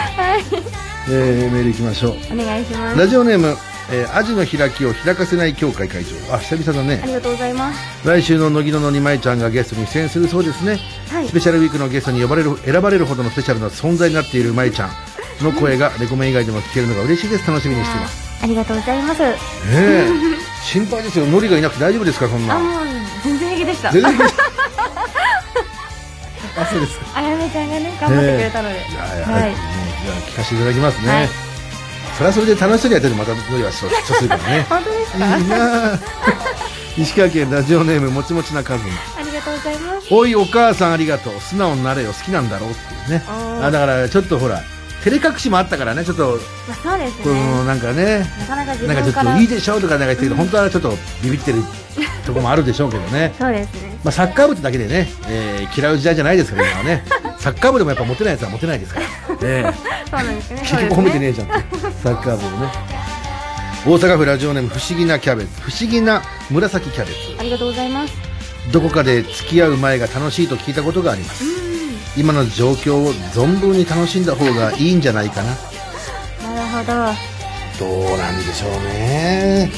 [SPEAKER 2] えー、メールいきましょう
[SPEAKER 1] お願いします
[SPEAKER 2] ラジオネーム、えーアジの開きを開かせない協会会長あ久々だ
[SPEAKER 1] あ
[SPEAKER 2] ね
[SPEAKER 1] りがとうございます
[SPEAKER 2] 来週の乃木ののにまいちゃんがゲストに出演するそうですね、
[SPEAKER 1] はい
[SPEAKER 2] スペシャルウィークのゲストに呼ばれる選ばれるほどのスペシャルな存在になっているまいちゃんの声がレコメン以外でも聞けるのが嬉しいです楽しみにしています
[SPEAKER 3] ありがとうございます
[SPEAKER 2] ねえ心配ですよノリがいなくて大丈夫ですかそん
[SPEAKER 1] あ
[SPEAKER 2] な
[SPEAKER 1] もう全然平気でした
[SPEAKER 2] 全 然あそうですか
[SPEAKER 1] あやめちゃんがね頑張ってくれたので、
[SPEAKER 2] じゃあ、は、
[SPEAKER 1] はいい
[SPEAKER 2] じゃあ聞かせていただきますね。
[SPEAKER 1] はい
[SPEAKER 2] それはそれで楽しそうにやってるとまたノリはそうそうするからね。
[SPEAKER 1] 本当ですか
[SPEAKER 2] いいなあ石川県ラジオネームもちもちなカズン
[SPEAKER 1] ありがとうございます
[SPEAKER 2] おいお母さんありがとう素直になれよ好きなんだろうっていうね
[SPEAKER 1] あー
[SPEAKER 2] あだからちょっとほら照れ隠しもあったからねちょっと
[SPEAKER 1] まあ、そうです
[SPEAKER 2] この
[SPEAKER 1] ね
[SPEAKER 2] なんかね
[SPEAKER 1] なかなか自
[SPEAKER 2] なんかちょ
[SPEAKER 1] 分
[SPEAKER 2] っ
[SPEAKER 1] か
[SPEAKER 2] と
[SPEAKER 1] ら
[SPEAKER 2] いいでしょうとかなんか言ってるけど本当はちょっとビビってるとこもあるでしょうけど ね
[SPEAKER 1] そうですね
[SPEAKER 2] まあサッカー部ってだけでね、えー嫌う時代じゃないですから今はねサッカー部でもやっぱモテないやつはモテない ですから、ええ
[SPEAKER 1] そうなんです ね
[SPEAKER 2] 結
[SPEAKER 1] そうで
[SPEAKER 2] 局
[SPEAKER 1] す
[SPEAKER 2] 褒めて
[SPEAKER 1] ね
[SPEAKER 2] ねえじゃんサッカー部もね大阪府ラジオネーム不思議なキャベツ不思議な紫キャベツ
[SPEAKER 1] ありがとうございます
[SPEAKER 2] どこかで付き合う前が楽しいと聞いたことがあります今の状況を存分に楽しんだ方がいいんじゃないかな
[SPEAKER 1] なるほど
[SPEAKER 2] どうなんでしょうね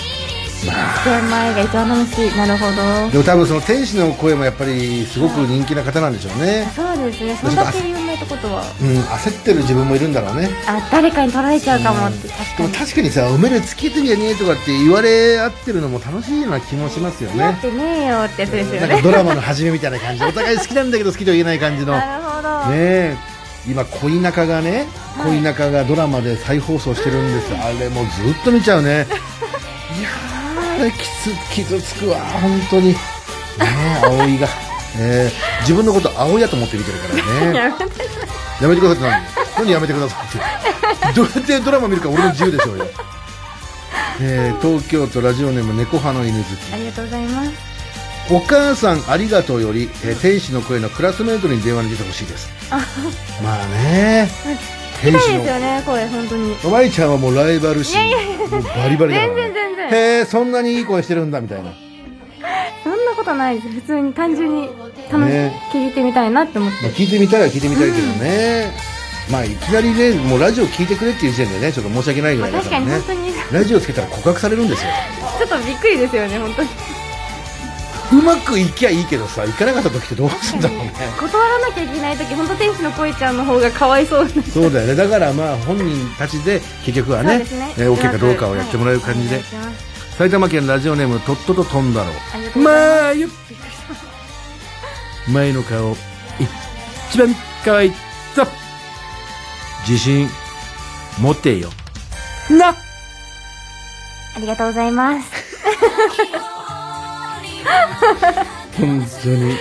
[SPEAKER 1] 出会い前が一番楽しいなるほど
[SPEAKER 2] でも多分その天使の声もやっぱりすごく人気な方なんでしょうね
[SPEAKER 1] そうですねそんだけ有名ってことは
[SPEAKER 2] うん焦ってる自分もいるんだろうね
[SPEAKER 1] あ誰かに取られちゃうかもって確
[SPEAKER 2] で
[SPEAKER 1] か
[SPEAKER 2] も
[SPEAKER 1] に
[SPEAKER 2] 確かにさ「おめで付き合ってんじゃねえ」とかって言われ合ってるのも楽しいような気もしますよ
[SPEAKER 1] 付き合
[SPEAKER 2] ね
[SPEAKER 1] ってねえよってやつです
[SPEAKER 2] な
[SPEAKER 1] よ
[SPEAKER 2] んか
[SPEAKER 1] ね
[SPEAKER 2] ドラマの始めみたいな感じでお互い好きなんだけど好きとは言えない感じの
[SPEAKER 1] なるほど
[SPEAKER 2] ねえ今恋仲がね恋仲がドラマで再放送してるんです、あれもうずっと見ちゃうね いやーあれきつ傷つくわ本当にねえ葵が、ええ自分のこと葵だと思って見てるからね やめてくださいって何何やめてくださいってどうやってドラマ見るか俺の自由でしょうよ、ええ東京都ラジオネーム猫派の犬好き
[SPEAKER 1] ありがとうございます
[SPEAKER 2] お母さんありがとうより、えー天使の声のクラスメートに電話に出てほしいですまあね
[SPEAKER 1] 聞き
[SPEAKER 2] 天
[SPEAKER 1] た
[SPEAKER 2] 使
[SPEAKER 1] いですよ
[SPEAKER 2] の
[SPEAKER 1] ね声本当に
[SPEAKER 2] お前ちゃんはもうライバル心もうバリバリだから、
[SPEAKER 1] 全
[SPEAKER 2] ね、
[SPEAKER 1] 然全然
[SPEAKER 2] へえそんなにいい声してるんだみたいな
[SPEAKER 1] そんなことないです普通に単純に楽し、
[SPEAKER 2] ね
[SPEAKER 1] 聞いてみたいなって思って
[SPEAKER 2] まあ、聞いてみたいは聞いてみたいけどね、まあいきなりねもうラジオ聞いてくれっていう時点でねちょっと申し訳ないぐらいだ
[SPEAKER 1] 確
[SPEAKER 2] か
[SPEAKER 1] からに
[SPEAKER 2] ね
[SPEAKER 1] 本当にち
[SPEAKER 2] ラジオつけたら告白されるんですよ
[SPEAKER 1] ょっとびっくりですよね本当に
[SPEAKER 2] うまくいきゃいいけどさいかなかった時ってどうすんだろうね
[SPEAKER 1] 断らなきゃいけない時本当天使の恋ちゃんの方がかわいそうな
[SPEAKER 2] そうだよねだからまあ本人たちで結局は
[SPEAKER 1] そう
[SPEAKER 2] ね
[SPEAKER 1] ですね
[SPEAKER 2] えー OK かどうかをやってもらう感じで、
[SPEAKER 1] はいお願いします
[SPEAKER 2] 埼玉県ラジオネームとっとととんだろ
[SPEAKER 1] ありがと
[SPEAKER 2] う
[SPEAKER 1] うございます
[SPEAKER 2] まあよ前の顔一番可愛いぞ自信持てよな
[SPEAKER 1] ありがとうございます
[SPEAKER 2] 本当に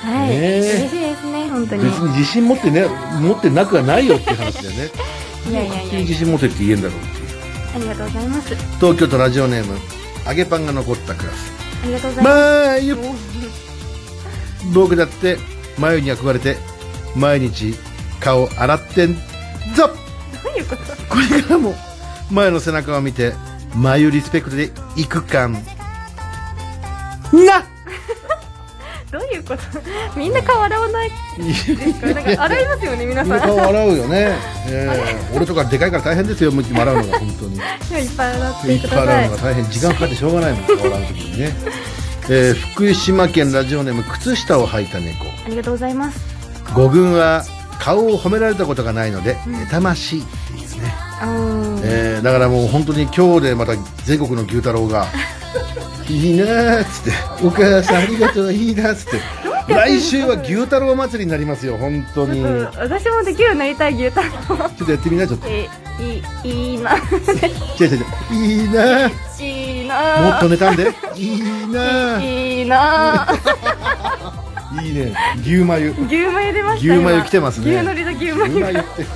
[SPEAKER 1] は
[SPEAKER 2] ね
[SPEAKER 1] い、
[SPEAKER 2] え
[SPEAKER 1] 嬉しいですね本当に
[SPEAKER 2] 別に自信持ってね持ってなくはないよっていう話だよね
[SPEAKER 1] いやいや
[SPEAKER 2] 本
[SPEAKER 1] い
[SPEAKER 2] 当
[SPEAKER 1] や
[SPEAKER 2] に自信持てって言えんだろうっていう
[SPEAKER 1] ありがとうございます
[SPEAKER 2] 東京都ラジオネーム揚げパンが残ったクラス
[SPEAKER 1] ありがとうございます、
[SPEAKER 2] まあゆ僕だって眉に憧れて毎日顔洗ってんぞどういうことこれからも前の背中を見て眉リスペクトでいく感な
[SPEAKER 1] どういうことみんな顔洗わないですかなんか洗いますよね皆さんい
[SPEAKER 2] 顔洗うよ ね、ええ俺とかでかいから大変ですよもう洗うのが本当 に
[SPEAKER 1] っぱい洗っ
[SPEAKER 2] い
[SPEAKER 1] て
[SPEAKER 2] っ
[SPEAKER 1] く
[SPEAKER 2] ぱ
[SPEAKER 1] だ
[SPEAKER 2] い洗
[SPEAKER 1] さいう
[SPEAKER 2] のが大変時間かかってしょうがないもん顔洗う時にね、えー福島県ラジオネーム靴下を履いた猫
[SPEAKER 1] ありがとうございます
[SPEAKER 2] 五軍は顔を褒められたことがないので妬ましいっていうね、
[SPEAKER 1] あー
[SPEAKER 2] えーだからもう本当に今日でまた全国の牛太郎 がいいなーっつってお母さんありがとういいなーっつって来週は牛太郎祭りになりますよ本当に
[SPEAKER 1] うん、私もできるようになりたい牛タン
[SPEAKER 2] ちょっとやってみなちょっと
[SPEAKER 1] えいいいい
[SPEAKER 2] 違
[SPEAKER 1] な
[SPEAKER 2] う違う違ういいなー
[SPEAKER 1] いい
[SPEAKER 2] もっ
[SPEAKER 1] な
[SPEAKER 2] と寝たんでいいなー
[SPEAKER 1] いいな
[SPEAKER 2] いいね牛眉
[SPEAKER 1] 牛眉出ました
[SPEAKER 2] 牛
[SPEAKER 1] 今
[SPEAKER 2] 眉来てますね
[SPEAKER 1] 牛のりと牛
[SPEAKER 2] う
[SPEAKER 1] 眉
[SPEAKER 2] ま
[SPEAKER 1] が
[SPEAKER 2] いって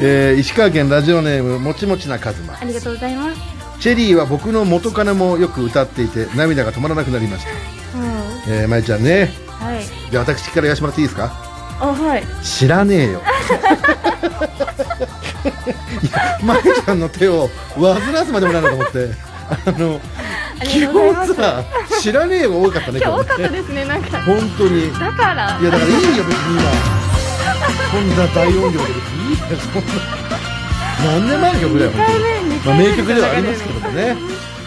[SPEAKER 2] えー石川県ラジオネームもちもちなかずま
[SPEAKER 1] ありがとうございます
[SPEAKER 2] チェリーは僕の元カノもよく歌っていて涙が止まらなくなりました、
[SPEAKER 1] うん
[SPEAKER 2] えー、まゆちゃんね
[SPEAKER 1] はい
[SPEAKER 2] じゃあ私から言わせてもらっていいですか
[SPEAKER 1] あはい
[SPEAKER 2] 知らねえよ いやまゆちゃんの手を煩わすまでもないなと思ってあの基本さ知らねえが多かったね
[SPEAKER 1] 今日多かっ
[SPEAKER 2] ね
[SPEAKER 1] たですねなんか
[SPEAKER 2] 本当にい
[SPEAKER 1] だから
[SPEAKER 2] やだからいいよ別に今こんな大音量で別にいいよそんな何年前の曲だよ本当に
[SPEAKER 1] 二
[SPEAKER 2] まあ、
[SPEAKER 1] 回目
[SPEAKER 2] 名曲ではありますけどもね。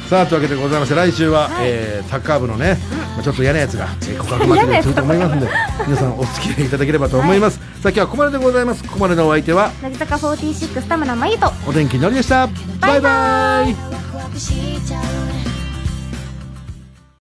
[SPEAKER 2] さあというわけでございまして来週は、えーサッカー部のね、まあ、ちょっと嫌なやつが、えー、告白祭りをすると思いますんで皆さんお付き合いいただければと思います、さあ今日はここまででございますここまでのお相手は
[SPEAKER 3] 乃木坂46田村真由と
[SPEAKER 2] お天気のりでしたバイバイ
[SPEAKER 7] ワクワクしちゃう